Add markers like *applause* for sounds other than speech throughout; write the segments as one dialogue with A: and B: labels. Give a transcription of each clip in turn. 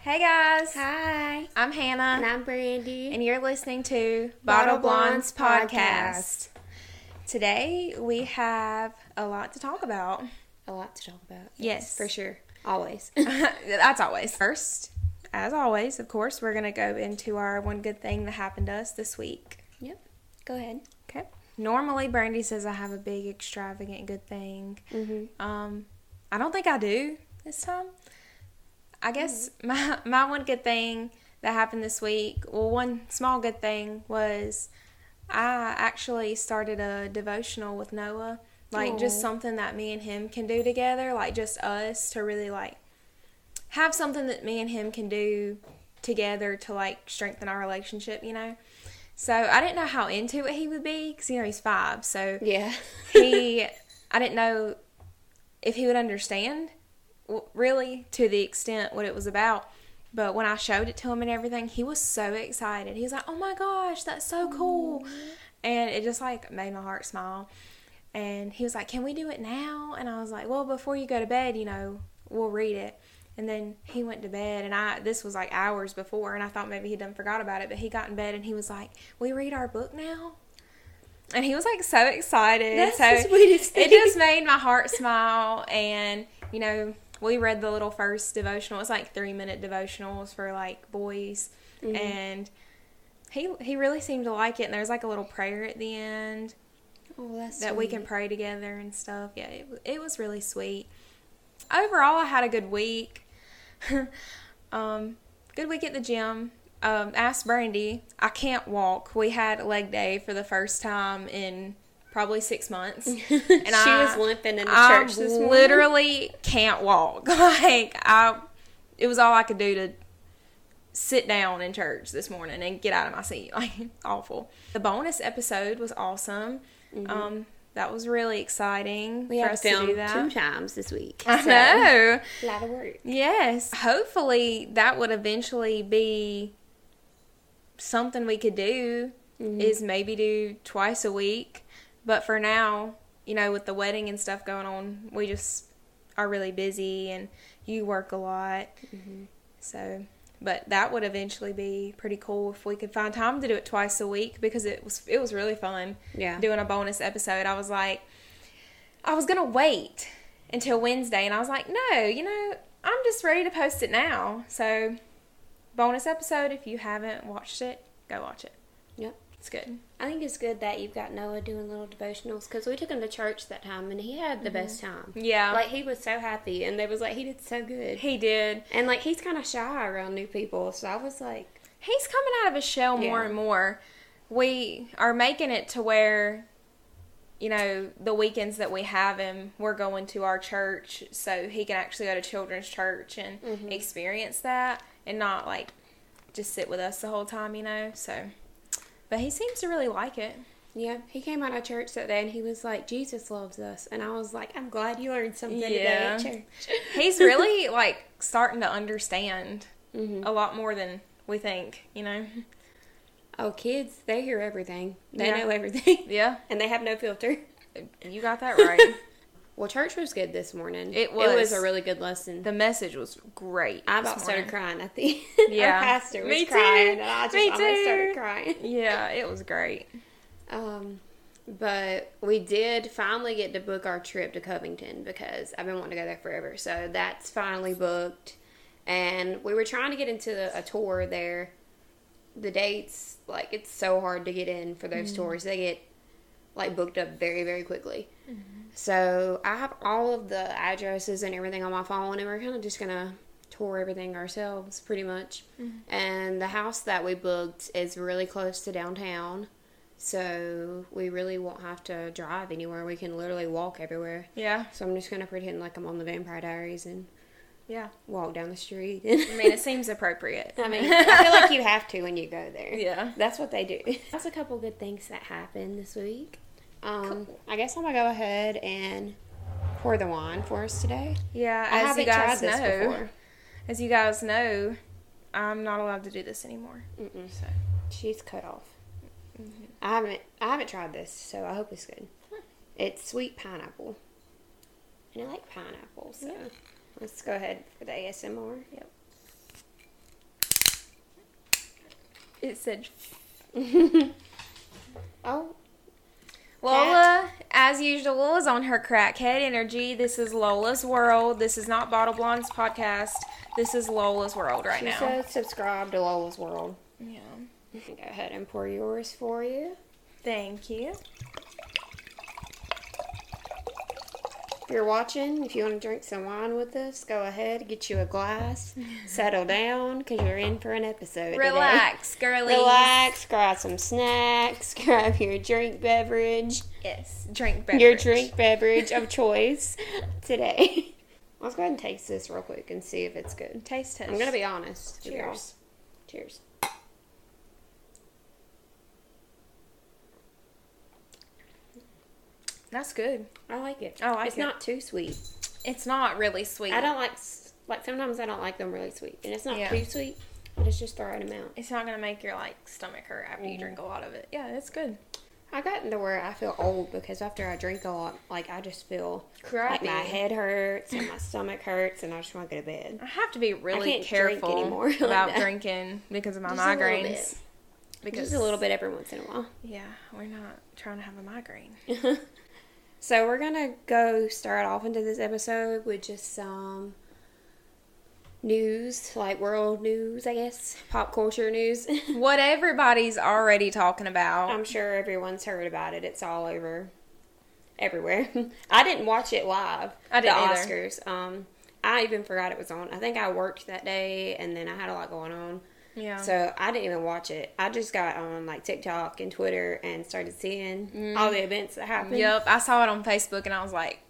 A: Hey guys.
B: Hi.
A: I'm Hannah.
B: And I'm Brandy.
A: And you're listening to
B: Bottle
A: Bottle Blondes
B: Blondes
A: Podcast. Today we have a lot to talk about. *laughs*
B: a lot to talk about.
A: Yes.
B: For sure. Always. *laughs*
A: That's always. First, as always, of course, we're going to go into our one good thing that happened to us this week.
B: yep. Go ahead.
A: Okay. Normally, Brandy says I have a big, extravagant good thing.
B: Mhm.
A: Um, I don't think I do this time. I guess my *laughs* my one good thing that happened this week, well, one small good thing was I actually started a devotional with Noah, like just
B: Aw.
A: something that me and him can do together, like just us to really like have something that me and him can do together to like strengthen our relationship, you know. So I didn't know how into it he would be because you know he's five, so
B: Yeah.
A: he I didn't know if he would understand w- really to the extent what it was about. But when I showed it to him and everything, he was so excited. He was like, "Oh my gosh, that's so cool!" And it just like made my heart smile. And he was like, "Can we do it now?" And I was like, "Well, before you go to bed, you know, we'll read it." And then he went to bed, and I this was like hours before, and I thought maybe he done forgot about it. But he got in bed, and he was like, "We read our book now." And he was like so excited.
B: That's
A: so
B: the sweetest
A: It
B: thing.
A: just made my heart smile. And, you know, we read the little first devotional. It's like three minute devotionals for like boys. And he he really seemed to like it. And there's like a little prayer at the end
B: oh, that's
A: that we can pray together and stuff. Yeah, it, w- it was really sweet. Overall, I had a good week. *laughs* um, good week at the gym. Um, asked Brandy, I can't walk. We had leg day for the first time in probably six
B: *laughs*
A: months, and
B: she was limping in the
A: I
B: church this morning.
A: literally can't walk. *laughs* Like I, it was all I could do to sit down in church this morning and get out of my seat. *laughs* Like awful. The bonus episode was awesome. Um, that was really exciting
B: Mm-hmm. we
A: for
B: had to
A: us to
B: film
A: do that.
B: two times this week.
A: *laughs* I
B: so,
A: know.
B: A lot of work.
A: Yes. Hopefully that would eventually be something we could do is maybe do twice a week. But for now, you know, with the wedding and stuff going on, we just are really busy and you work a lot. So, but that would eventually be pretty cool if we could find time to do it twice a week because it was it was really fun.
B: Yeah.
A: Doing a bonus episode, I was like I was gonna wait until Wednesday, and I was like, no, you know, I'm just ready to post it now. So, bonus episode. If you haven't watched it, go watch it.
B: Yep.
A: It's good.
B: I think it's good that you've got Noah doing little devotionals because we took him to church that time and he had the best time.
A: Mm-hmm. Yeah.
B: Like he was so happy and they was like he did so good.
A: He did.
B: And like he's kind of shy around new people, so I was like,
A: He's coming out of his shell more
B: Yeah.
A: and more. We are making it to where, you know, the weekends that we have him, we're going to our church so he can actually go to children's church and experience that and not like just sit with us the whole time, you know? So, but he seems to really like it.
B: Yeah, he came out of church that day and he was like, Jesus loves us. And I was like, I'm glad you learned something
A: Yeah.
B: today
A: *laughs*
B: at church.
A: He's really like starting to understand a lot more than we think, you know?
B: oh, kids, they hear everything, they
A: Yeah.
B: know everything,
A: Yeah,
B: *laughs* and they have no filter.
A: you got that
B: *laughs*
A: right.
B: Well, church was good this morning.
A: It
B: It
A: was.
B: was a really good lesson.
A: the message was great.
B: I
A: this
B: about started
A: morning.
B: crying at the *laughs* end.
A: Yeah.
B: Our pastor was
A: Me too.
B: crying, and I just
A: Me
B: almost
A: too.
B: started crying.
A: Yeah, it was great.
B: Um, but we did finally get to book our trip to Covington because I've been wanting to go there forever. So that's finally booked. And we were trying to get into a tour there. The dates, like, it's so hard to get in for
A: Mm.
B: those tours. They get, like, booked up very, very quickly.
A: Mm-hmm.
B: So I have all of the addresses and everything on my phone, and we're kind of just gonna tour everything ourselves, pretty much.
A: Mm-hmm.
B: And the house that we booked is really close to downtown, so we really won't have to drive anywhere. We can literally walk everywhere.
A: Yeah,
B: So I'm just gonna pretend like I'm on the Vampire Diaries and
A: yeah.
B: walk down the street. *laughs*
A: I mean, it seems appropriate.
B: I mean, I feel like you have to when you go there.
A: Yeah.
B: That's what they do. *laughs* That's a couple good things that happened this week. Um, I guess I'm going to go ahead and pour the wine for us today.
A: *laughs* Yeah,
B: I
A: as you
B: haven't
A: guys
B: tried this
A: know,
B: before.
A: as you guys know, I'm not allowed to do this anymore. So
B: She's cut off. I haven't I haven't tried this, so I hope it's good. It's sweet pineapple. And I like pineapple, so let's go ahead for the ASMR.
A: Yep. It said
B: Oh.
A: Lola, as usual, is on her crackhead energy. This is Lola's world. This is not Bottle Blonde's podcast. This is Lola's world right
B: She
A: now.
B: says subscribe to Lola's World. *laughs*
A: yeah.
B: Go ahead and pour yours for you.
A: Thank you.
B: If you're watching, if you want to drink some wine with us, go ahead, get you a *laughs* glass, settle down, because you're in for an episode. today.
A: Relax, girlies.
B: Relax, grab some snacks, *laughs* grab your drink beverage,
A: Yes. Drink beverage.
B: your drink beverage *laughs* of choice today. *laughs* Let's go ahead and taste this real quick and see if it's good.
A: Taste test.
B: I'm gonna be honest. with y'all.
A: Cheers.
B: Cheers.
A: That's good.
B: Oh, I like it.
A: I like
B: it's
A: it.
B: not too sweet.
A: It's not really sweet.
B: I don't like s- like sometimes I don't like them really sweet, and it's not
A: Yeah.
B: too sweet, but it's just the right amount.
A: It's not gonna make your like stomach hurt after
B: Mm-hmm.
A: you drink a lot of it. Yeah, it's good.
B: I got into where I feel old because after I drink a lot, like I just feel like
A: Crappy.
B: my head hurts and my stomach hurts, and I just want to go to bed.
A: I have to be really
B: can't drink
A: careful
B: anymore *laughs* like
A: about
B: that.
A: drinking because of my
B: Just a little
A: migraines. Because
B: Just a little bit every once in a while.
A: Yeah, we're not trying to have a
B: *laughs*
A: migraine.
B: So we're gonna go start off into this episode with just some news, like world news, I guess, pop culture news. *laughs*
A: what everybody's already talking about.
B: I'm sure everyone's heard about it. It's all over, everywhere. *laughs* I didn't watch it live.
A: I didn't
B: the
A: either.
B: Oscars. Um, I even forgot it was on. I think I worked that day, and then I had a lot going on.
A: yeah.
B: So I didn't even watch it. I just got on like TikTok and Twitter and started seeing all the events that happened.
A: Mm. yep, I saw it on Facebook and I was like,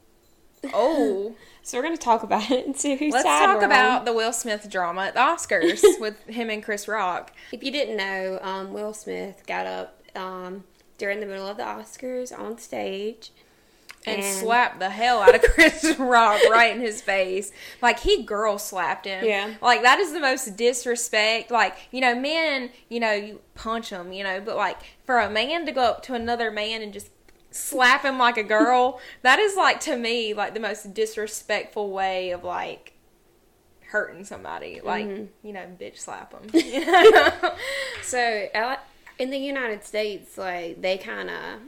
B: *laughs*
A: "Oh,
B: So we're gonna talk about *laughs* it and see who's
A: let's
B: side
A: talk
B: we're on.
A: about the Will Smith drama at the Oscars
B: *laughs*
A: with him and Chris Rock."
B: If you didn't know, um, Will Smith got up um, during the middle of the Oscars on stage
A: and,
B: And-
A: slapped the hell out of *laughs* Chris Rock right in his face. Like he girl slapped him.
B: Yeah.
A: Like that is the most disrespect. Like you know, men, you know, you punch them, you know, but like for a man to go up to another man and just slap him like a
B: *laughs*
A: girl, that is like to me like the most disrespectful way of like hurting somebody. Like
B: Mm-hmm.
A: you know, bitch slap
B: *laughs*
A: them.
B: So uh, in the United States, like they kind of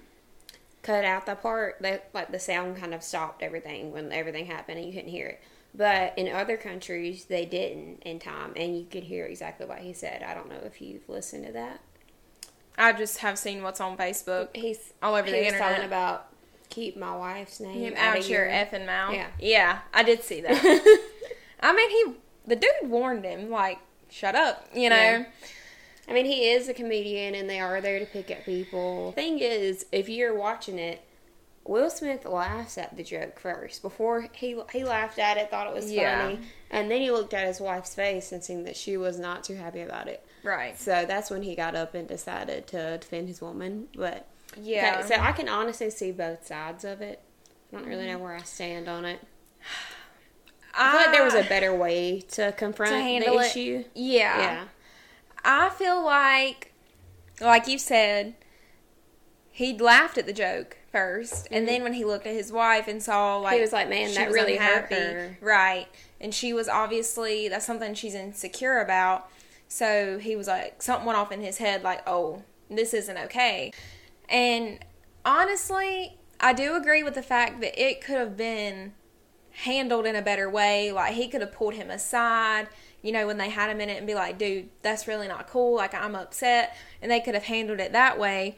B: cut out the part that like the sound kind of stopped everything when everything happened and you couldn't hear it. But in other countries, they didn't in time, and you could hear exactly what he said. I don't know if you've listened to that.
A: I just have seen what's on Facebook.
B: He's
A: All over
B: he
A: the
B: was
A: internet.
B: talking about keep my wife's name
A: Him
B: out,
A: out,
B: of
A: your
B: your.
A: effing mouth.
B: Yeah.
A: yeah, I did see that.
B: *laughs*
A: I mean, he the dude warned him like, "Shut up," you know.
B: Yeah. I mean, he is a comedian, and they are there to pick at people. Thing is, if you're watching it, Will Smith laughs at the joke first. Before he he laughed at it, thought it was
A: Yeah.
B: funny, and then he looked at his wife's face and seen that she was not too happy about it.
A: Right.
B: So that's when he got up and decided to defend his woman. But
A: Yeah.
B: Okay, so I can honestly see both sides of it. I don't
A: Mm-hmm.
B: really know where I stand on it. I feel like there was a better way to confront
A: to handle
B: the
A: it.
B: issue.
A: Yeah.
B: Yeah.
A: I feel like, like you said, he laughed at the joke 1st and then when he looked at his wife and saw like
B: Mm-hmm. was like, "Man,
A: she
B: that
A: was
B: really hurt her."
A: right? And she was obviously that's something she's insecure about. So he was like, something went off in his head, like, "Oh, this isn't okay." And honestly, I do agree with the fact that it could have been handled in a better way. Like he could have pulled him aside, you know, when they had him in it and be like, dude, that's really not cool. Like I'm upset. And they could have handled it that way.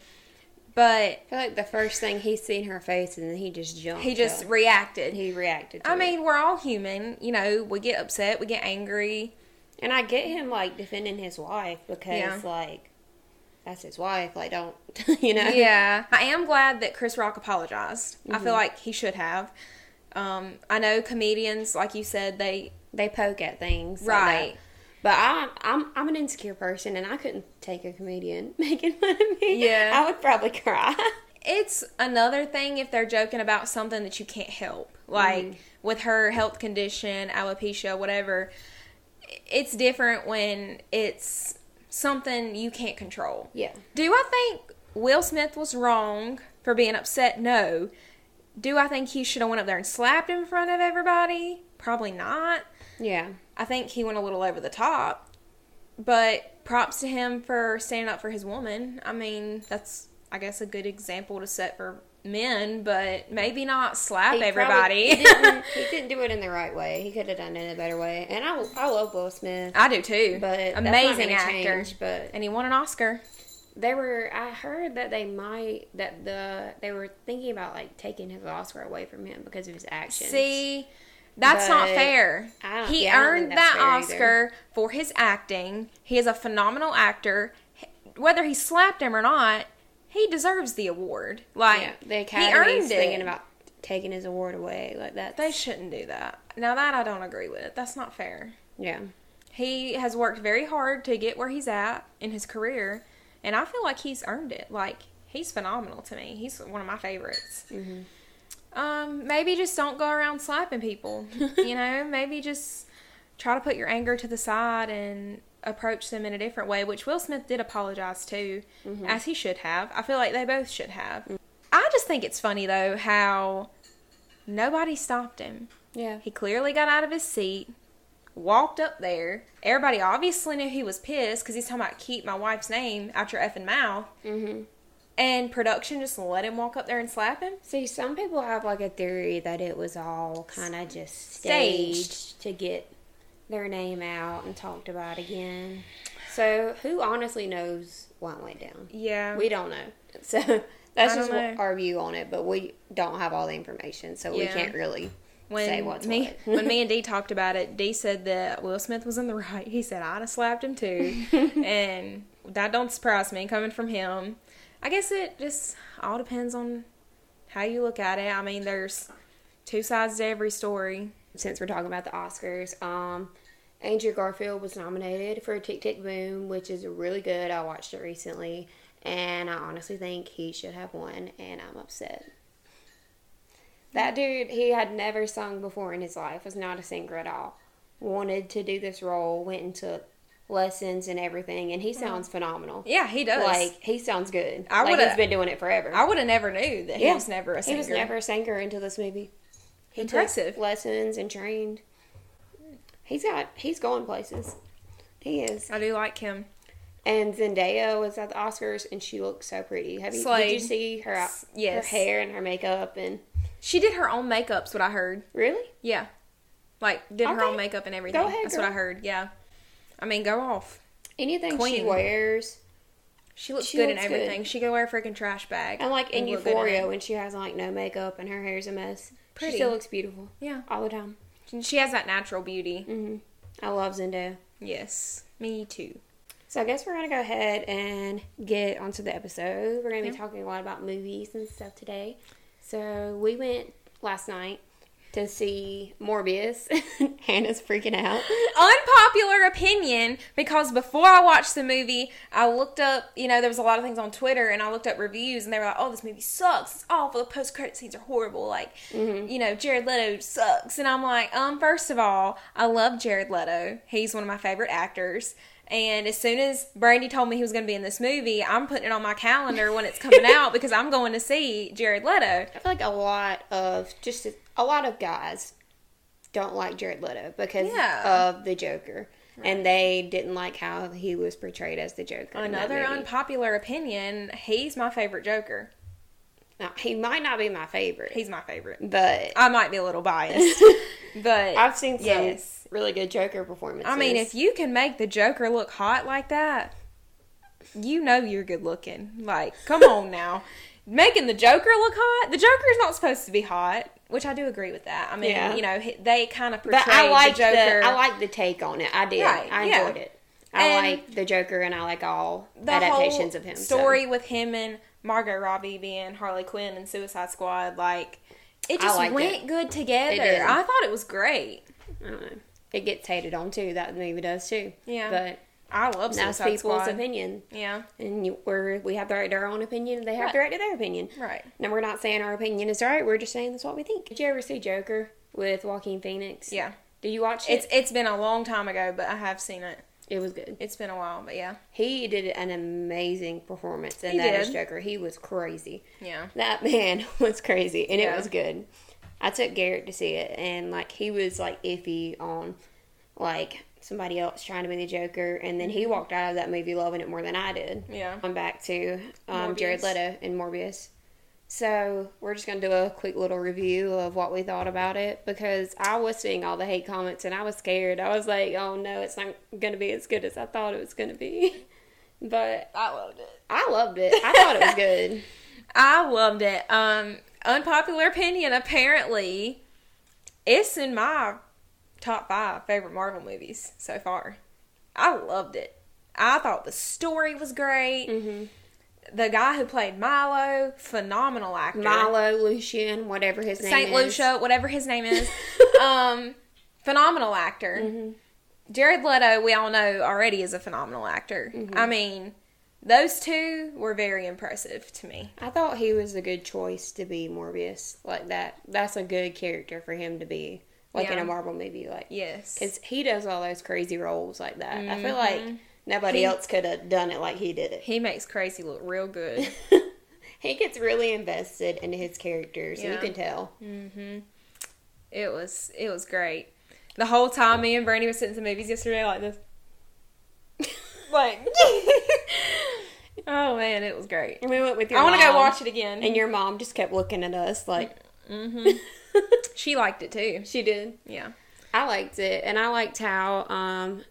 A: But
B: I feel like the first thing he seen her face, and then he just jumped.
A: he just
B: up.
A: reacted.
B: he reacted. To
A: I
B: it.
A: mean, we're all human, you know, we get upset, we get angry.
B: and I get him like defending his wife because
A: Yeah.
B: like that's his wife. Like, don't *laughs* you know?
A: Yeah. *laughs* I am glad that Chris Rock apologized. I feel like he should have. Um, I know comedians, like you said, they
B: They poke at things, like
A: Right.
B: that. but I, I'm I'm an insecure person, and I couldn't take a comedian *laughs* making fun of me.
A: Yeah.
B: I would probably cry.
A: it's another thing if they're joking about something that you can't help like with her health condition alopecia whatever it's different when it's something you can't control
B: Yeah.
A: do i think will smith was wrong for being upset no do i think he should have went up there and slapped him in front of everybody probably not
B: Yeah,
A: i think he went a little over the top but props to him for standing up for his woman. I mean, that's I guess a good example to set for men, but maybe not slap
B: He
A: everybody.
B: probably- he, didn't, he didn't do it in the right way. He could have done it in a better way. And I, I love Will Smith,
A: *laughs* I do too.
B: but
A: amazing
B: amazing that's not gonna
A: actor,
B: Change, but
A: and he won an Oscar.
B: they were. I heard that they might that the they were thinking about like taking his Oscar away from him because of his actions.
A: See, that's not
B: But
A: fair.
B: I don't-
A: He
B: yeah, I don't
A: earned
B: think that's
A: that
B: fair
A: Oscar for his acting. He is a phenomenal actor. H- Whether he slapped him or not, he deserves the award. Like
B: yeah, the
A: he
B: Academy's
A: earned
B: thinking
A: it.
B: about taking his award away like that.
A: they shouldn't do that. Now that I don't agree with. That's not fair.
B: yeah,
A: He has worked very hard to get where he's at in his career, and I feel like he's earned it. Like he's phenomenal to me. He's one of my favorites. Um, maybe just don't go around slapping people. you know, maybe just try to put your anger to the side and approach them in a different way. Which Will Smith did apologize to, as he should have. I feel like they both should have. I just think it's funny though how nobody stopped him.
B: yeah.
A: He clearly got out of his seat, walked up there. Everybody obviously knew he was pissed because he's talking about keep my wife's name out your effing mouth.
B: Mm-hmm.
A: And production just let him walk up there and slap him.
B: See, some people have like a theory that it was all kind of just
A: Staged.
B: staged, to get their name out and talked about again. So, who honestly knows why it went down?
A: Yeah.
B: We don't know. *laughs* So, that's
A: I don't
B: just
A: know.
B: our view on it, but we don't have all the information, so we
A: Yeah.
B: can't really
A: when
B: say what's
A: me,
B: what.
A: when
B: *laughs*
A: me and Dee talked about it, Dee said that Will Smith was in the right. He said I'd have slapped him
B: *laughs*
A: too, and that don't surprise me coming from him. I guess it just all depends on how you look at it. I mean, there's two sides to every story.
B: since we're talking about the Oscars, um, Andrew Garfield was nominated for Tick Tick Boom, which is really good. I watched it recently, and I honestly think he should have won, and I'm upset. That dude, he had never sung before in his life, was not a singer at all. Wanted to do this role, went and took lessons and everything, and he sounds phenomenal.
A: Yeah, he does.
B: Like he sounds good.
A: Mm-hmm. I
B: like
A: would've-
B: he's been doing it forever.
A: I would have never knew that he
B: Yeah.
A: was never a singer.
B: He was never a singer until this movie. He
A: Impressive.
B: took lessons and trained. He's got he's going places. He is.
A: I do like him.
B: And Zendaya was at the Oscars and she looked so pretty. Have you did
A: Slay.
B: you see her out,
A: yes.
B: her hair and her makeup and
A: She did her own makeup's what I heard.
B: really?
A: Yeah. Like did her
B: Okay.
A: own makeup and everything.
B: ahead,
A: That's what I
B: girl.
A: heard. Yeah. I mean, go off.
B: Anything she
A: Queen.
B: wears
A: She looks
B: She
A: good in
B: looks good.
A: everything. She could wear a freaking trash bag.
B: and like in
A: and look good it.
B: Euphoria when she has like no makeup and her hair's a mess.
A: Pretty.
B: She still looks beautiful
A: Yeah.
B: all the time.
A: She has that natural beauty.
B: hmm I love Zendaya.
A: Yes. Me too.
B: So I guess we're gonna go ahead and get onto the episode. We're gonna be
A: Yeah.
B: talking a lot about movies and stuff today. So we went last night to see Morbius. *laughs* Hannah's freaking out.
A: Unpopular opinion because before I watched the movie, I looked up, you know, there was a lot of things on Twitter and I looked up reviews and they were like, oh, this movie sucks. It's awful. The post credit scenes are horrible. Like,
B: Mm-hmm.
A: you know, Jared Leto sucks. And I'm like, um, first of all, I love Jared Leto. He's one of my favorite actors. And as soon as Brandy told me he was going to be in this movie, I'm putting it on my calendar when it's
B: *laughs*
A: coming out because I'm going to see Jared Leto.
B: I feel like a lot of just a lot of guys don't like Jared Leto because
A: Yeah.
B: of the Joker, and they didn't like how he was portrayed as the Joker. in that
A: Another
B: movie.
A: unpopular opinion. He's my favorite Joker.
B: Now, he might not be my favorite,
A: He's my favorite.
B: but
A: I might be a little biased, but
B: I've seen some
A: Yes.
B: really good Joker performances.
A: I mean, if you can make the Joker look hot like that, you know you're good looking. Like, come
B: *laughs*
A: on now, making the Joker look hot. The Joker's not supposed to be hot, which I do agree with that. I mean,
B: Yeah.
A: you know, he- they kind of portray
B: But I like
A: the Joker.
B: The, I like the take on it. I did.
A: Right,
B: I
A: yeah.
B: enjoyed it. I
A: And
B: like the Joker, and I like all
A: the
B: adaptations
A: whole
B: of him. so.
A: story with him and Margot Robbie being Harley Quinn and Suicide Squad. Like, it
B: I
A: just
B: liked
A: went good
B: did.
A: together. I thought it was great.
B: I don't know. It gets hated on too. That movie does too.
A: Yeah.
B: but
A: I love
B: that's
A: Suicide
B: people's
A: Squad.
B: opinion,
A: Yeah,
B: and you, we're we have the right to our own opinion. and They have the right to their opinion.
A: right.
B: Now we're not saying our opinion is right. We're just saying that's what we think. Did you ever see Joker with Joaquin Phoenix?
A: Yeah,
B: Did you watch it?
A: it's it's been a long time ago, but I have seen it.
B: it was good.
A: It's been a while, but yeah,
B: He did an amazing performance, and
A: He
B: that is
A: did.
B: Joker. He was crazy.
A: yeah.
B: That *laughs* man was crazy, and
A: Yeah.
B: it was good. I took Garrett to see it, and like he was like iffy on like somebody else trying to be the Joker, and then he walked out of that movie loving it more than I did.
A: Mm-hmm. Yeah.
B: I'm back to um, Jared
A: Morbius.
B: Leto in Morbius. So we're just gonna do a quick little review of what we thought about it because I was seeing all the hate comments and I was scared. I was like, "Oh no, it's not gonna be as good as I thought it was gonna be." *laughs* But
A: I loved it.
B: I loved it. I thought it was
A: *laughs*
B: good.
A: I loved it. Um, unpopular opinion. Apparently, it's in my top five favorite Marvel movies so far. I loved it. I thought the story was great. The guy who played Milo, phenomenal actor.
B: Milo, Lucian, whatever his name
A: Saint
B: is.
A: Lucia, whatever his name
B: *laughs*
A: is. um, phenomenal actor.
B: Mm-hmm.
A: Jared Leto, we all know already is a phenomenal actor.
B: Mm-hmm.
A: I mean, those two were very impressive to me.
B: I thought he was a good choice to be Morbius. Like that. That's a good character for him to be. Like in
A: Yeah.
B: a Marvel movie, like
A: Yes.
B: because he does all those crazy roles like that. I feel
A: Mm-hmm.
B: like nobody else could have done it like he did it.
A: He makes crazy look real good.
B: *laughs* He gets really invested into his characters, and
A: Yeah.
B: you can tell.
A: it was it was great. The whole time me and Brandy were sitting to movies yesterday like this. like *laughs* Oh man, it was great.
B: And *laughs* we went with your.
A: I want to go
B: mom,
A: watch it again.
B: And your mom just kept looking at us like. *laughs*
A: she liked it too.
B: she did.
A: Yeah.
B: I liked it, and I liked how um,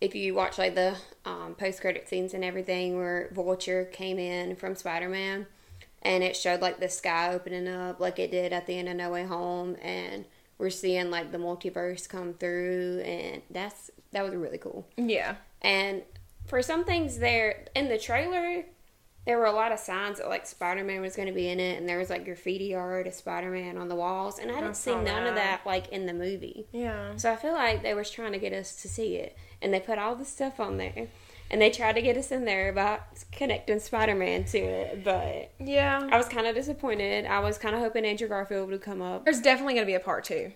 B: if you watch like the um, post credit scenes and everything, where Vulture came in from Spider Man, and it showed like the sky opening up, like it did at the end of No Way Home, and we're seeing like the multiverse come through, and that's that was really cool.
A: Yeah.
B: And for some things there in the trailer, there were a lot of signs that like Spider Man was going to be in it, and there was like graffiti art of Spider Man on the walls, and I didn't see
A: saw
B: none of
A: that.
B: that like in the movie.
A: Yeah.
B: So I feel like they was trying to get us to see it, and they put all this stuff on there, and they tried to get us in there about connecting Spider Man to it. But
A: Yeah.
B: I was kind of disappointed. I was kind of hoping Andrew Garfield would come up.
A: There's definitely going to be a part two.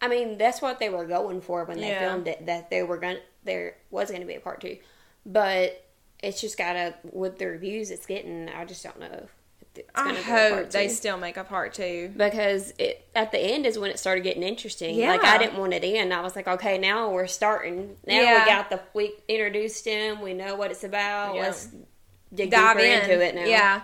B: I mean, that's what they were going for when they
A: Yeah.
B: filmed it. That they were going to there was going to be a part two, but it's just gotta with the reviews it's getting. I just don't know. If it's
A: I
B: gonna be a part
A: hope they
B: two.
A: still make a part two.
B: because it at the end is when it started getting interesting.
A: Yeah.
B: Like I didn't want it in. I was like, okay, now we're starting. Now
A: Yeah.
B: we got the we introduced him. We know what it's about.
A: Yeah.
B: Let's dig
A: Dive
B: deeper
A: in.
B: into it now.
A: Yeah.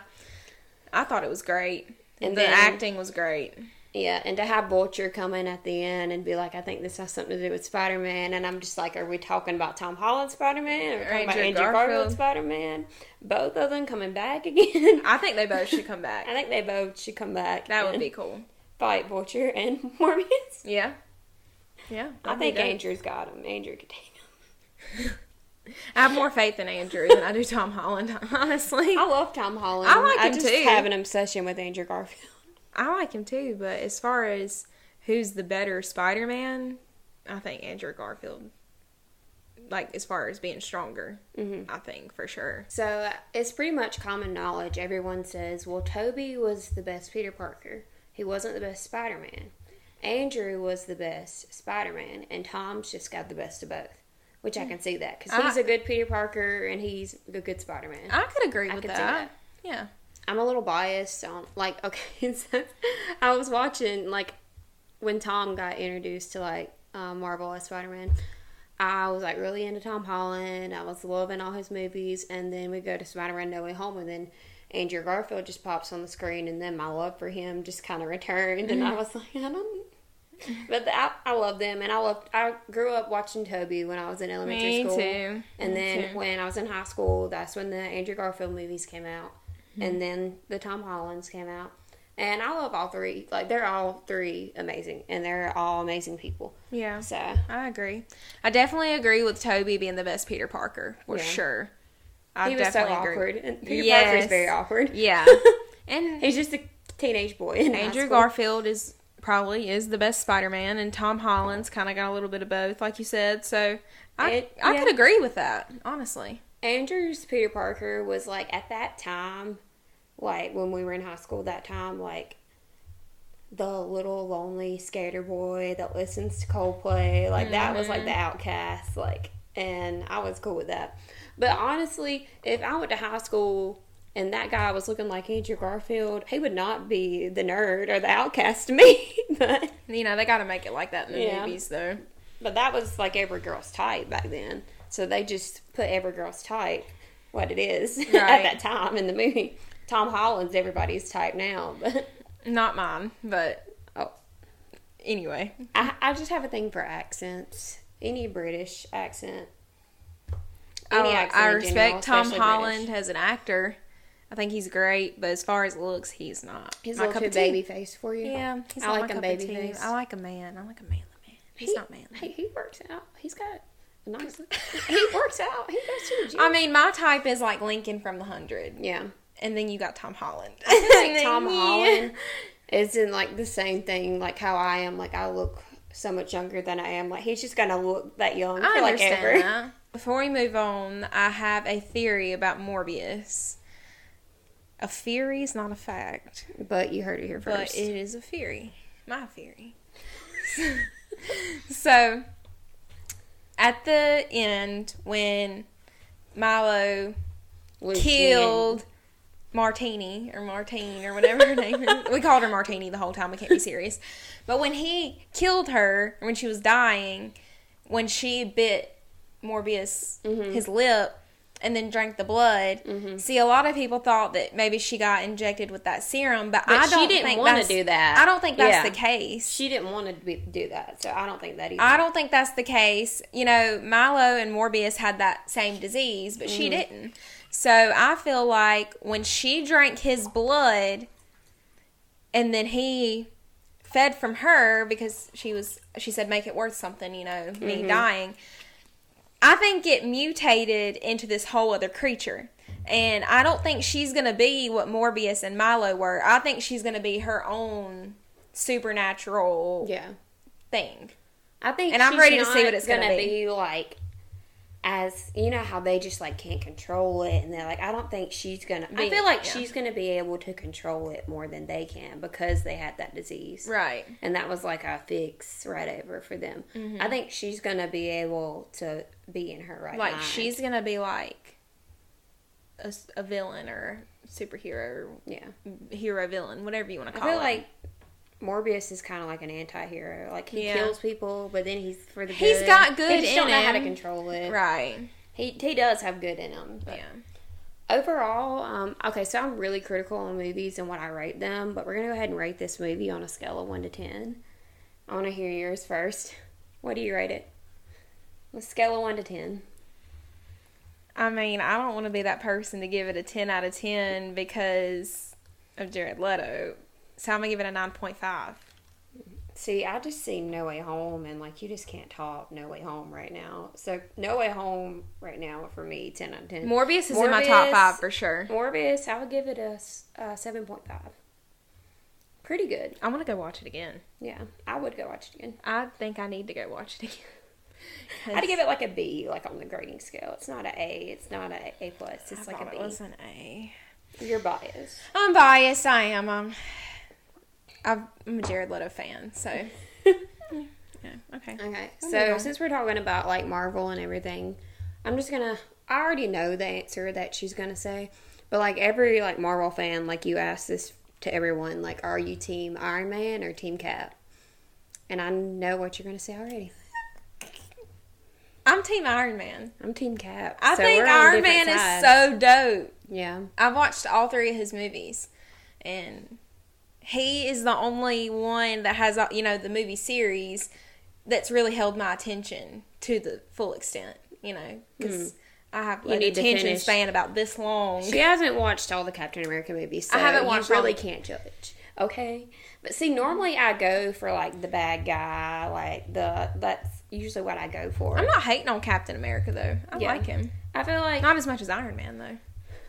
A: I thought it was great.
B: And
A: the
B: then-
A: acting was great.
B: yeah. And to have Vulture come in at the end and be like, I think this has something to do with Spider Man. And I'm just like, are we talking about Tom Holland Spider Man? Are we talking
A: Andrew
B: about Andrew Garfield
A: Garfield.
B: Spider Man? Both of them coming back *laughs* again.
A: I think they both should come back.
B: *laughs* I think they both should come back.
A: That would
B: and
A: be cool.
B: fight Vulture and *laughs* Morbius.
A: Yeah. Yeah.
B: I
A: that'd be
B: think
A: dope.
B: Andrew's got him. Andrew could take him.
A: I have more faith in Andrew than I do Tom Holland, *laughs* honestly.
B: I love Tom Holland.
A: I like him
B: just
A: too.
B: have an obsession with Andrew Garfield. *laughs*
A: I like him too, but as far as who's the better Spider Man, I think Andrew Garfield. Like, as far as being stronger,
B: Mm-hmm.
A: I think for sure.
B: So uh, it's pretty much common knowledge. Everyone says, well, Toby was the best Peter Parker. He wasn't the best Spider Man. Andrew was the best Spider Man, and Tom's just got the best of both. Which I can see that because he's
A: I-
B: a good Peter Parker and he's a good Spider Man.
A: I could agree
B: I
A: with
B: could see
A: that. Yeah.
B: I'm a little biased on like *laughs* okay, so I was watching like when Tom got introduced to like uh, Marvel as Spider Man. I was like really into Tom Holland. I was loving all his movies, and then we go to Spider Man No Way Home, and then Andrew Garfield just pops on the screen, and then my love for him just kind of returned, and
A: Mm-hmm.
B: I was like, I don't. *laughs* But the, I, I love them, and I loved. I grew up watching Toby when I was in
A: Me
B: elementary school.
A: too.
B: And
A: Me
B: then
A: too.
B: when I was in high school, that's when the Andrew Garfield movies came out,
A: Mm-hmm.
B: and then the Tom Hollands came out. And I love all three. Like they're all three amazing, and they're all amazing people.
A: Yeah.
B: So
A: I agree. I definitely agree with Toby being the best Peter Parker for
B: Yeah.
A: sure. I
B: he was so
A: definitely agree.
B: awkward. *laughs* And Peter Parker
A: Yes.
B: is very awkward.
A: Yeah, and
B: *laughs* He's just a teenage boy. In
A: Andrew
B: Andrew Garfield.
A: Garfield is probably is the best Spider-Man, and Tom Holland's kind of got a little bit of both, like you said. So I
B: It-
A: I
B: yeah.
A: could agree with that, honestly.
B: Andrew's Peter Parker was like at that time, like when we were in high school. That time, like the little lonely skater boy that listens to Coldplay. Like that was like the outcast. Like, and I was cool with that. But honestly, if I went to high school and that guy was looking like Andrew Garfield, he would not be the nerd or the outcast to me. *laughs* but
A: You know they got to make it like that in the
B: Yeah.
A: movies, though.
B: But that was like every girl's type back then. So they just put every girl's type what it is *laughs* at
A: Right.
B: that time in the movie. Tom Holland's everybody's type now, *laughs* but
A: Not mine, but
B: oh,
A: anyway.
B: I, I just have a thing for accents. Any British accent.
A: Oh, I-
B: accent
A: I
B: in
A: respect
B: general,
A: Tom
B: especially British.
A: Holland as an actor. I think he's great, but as far as looks, he's not.
B: He's
A: my
B: a little
A: cup
B: too
A: of tea.
B: baby face for you.
A: Yeah, he's
B: I
A: not my
B: like
A: cup
B: him
A: of
B: baby
A: tea.
B: face.
A: I like a man. I like a manly man. He's
B: He-
A: not manly.
B: Hey, he works out. He's got
A: *laughs*
B: a nice. *laughs* he works out. He goes to the gym.
A: I mean, my type is like Lincoln from The Hundred,
B: yeah.
A: and then you got Tom Holland. *laughs*
B: *laughs* like Tom Holland is in like the same thing, like how I am. Like I look so much younger than I am. Like he's just gonna look that young
A: I
B: for like
A: understand
B: ever.
A: that. Before we move on, I have a theory about Morbius. A theory is not a fact,
B: *laughs* But you heard it here first.
A: but it is a theory. My
B: *laughs*
A: theory. so, at the end, when Milo
B: Lucian.
A: killed Martini or Martine or whatever her name is. We called her Martini the whole time. We can't be serious. But when he killed her, when she was dying, when she bit Morbius
B: Mm-hmm.
A: his lip and then drank the blood, see, a lot of people thought that maybe she got injected with that serum, but,
B: But
A: I
B: she
A: don't
B: didn't
A: think
B: wanna
A: that's-
B: do that.
A: I don't think that's
B: Yeah.
A: the case.
B: She didn't want to be, do that, so I don't think that either.
A: I don't think that's the case. You know, Milo and Morbius had that same disease, but she didn't. So I feel like when she drank his blood and then he fed from her because she was she said make it worth something, you know, me dying. I think it mutated into this whole other creature. And I don't think she's going to be what Morbius and Milo were. I think she's going to be her own supernatural
B: yeah,
A: thing.
B: I think,
A: And I'm
B: she's
A: ready to see
B: not
A: what it's gonna be.
B: Like, as you know, how they just like can't control it, and they're like, I don't think she's gonna. I
A: Be-
B: feel like
A: yeah.
B: she's gonna be able to control it more than they can because they had that disease,
A: Right.
B: and that was like a fix right over for them.
A: Mm-hmm.
B: I think she's gonna be able to be in her right
A: like
B: mind.
A: she's gonna be like a, s- a villain or superhero
B: yeah.
A: hero villain whatever you want to
B: I
A: call
B: feel
A: it
B: like Morbius is kind of like an anti-hero. Like he
A: Yeah.
B: kills people, but then he's for the good.
A: He's got good
B: He just don't
A: in
B: know how to
A: him.
B: control it.
A: right
B: He he does have good in him. But
A: yeah
B: overall, um, okay, so I'm really critical on movies and what I rate them, but we're gonna go ahead and rate this movie on a scale of one to ten. I want to hear yours first. What do you rate it? On a scale of one to ten.
A: i mean i don't want to be that person to give it a 10 out of 10 because of jared leto so i'm gonna give it a 9.5
B: See, I just see No Way Home, and like you just can't top No Way Home right now. So No Way Home right now for me, ten out of ten.
A: morbius is in my top
B: Morbius-
A: five for sure
B: Morbius, I would give it a, s- uh seven point five. Pretty good.
A: i want to go watch it again
B: Yeah, I would go watch it again.
A: i think i need to go watch it again 'Cause
B: I'd give it like a B, like on the grading scale. It's not a A. It's not a A
A: *laughs*
B: plus. It's
A: I
B: like a
A: thought
B: B.
A: it was an a
B: You're biased.
A: I'm biased. I am. I'm, I'm a Jared Leto fan, so
B: *laughs*
A: yeah. Okay.
B: Okay,
A: moving
B: so
A: on.
B: since we're talking about like Marvel and everything, I'm just gonna. I already know the answer that she's gonna say, but like every like Marvel fan, like you ask this to everyone, like, are you Team Iron Man or Team Cap? And I know what you're gonna say already.
A: I'm Team Iron Man.
B: I'm Team Cap.
A: I
B: so
A: think
B: we're on
A: Iron Man
B: different
A: is
B: sides.
A: so dope.
B: Yeah.
A: I've watched all three of his movies, and he is the only one that has uh, you know the movie series that's really held my attention to the full extent. You know, because I have like, an
B: Hmm. need to
A: attention
B: finish.
A: span about this long.
B: She hasn't watched all the Captain America movies, so
A: I haven't watched
B: you
A: all
B: really
A: of
B: can't judge. Okay, but see, normally I go for like the bad guy, like the that's usually what I go for.
A: I'm not hating on Captain America though. I
B: Yeah.
A: like him.
B: I feel like
A: Not as much as Iron Man though.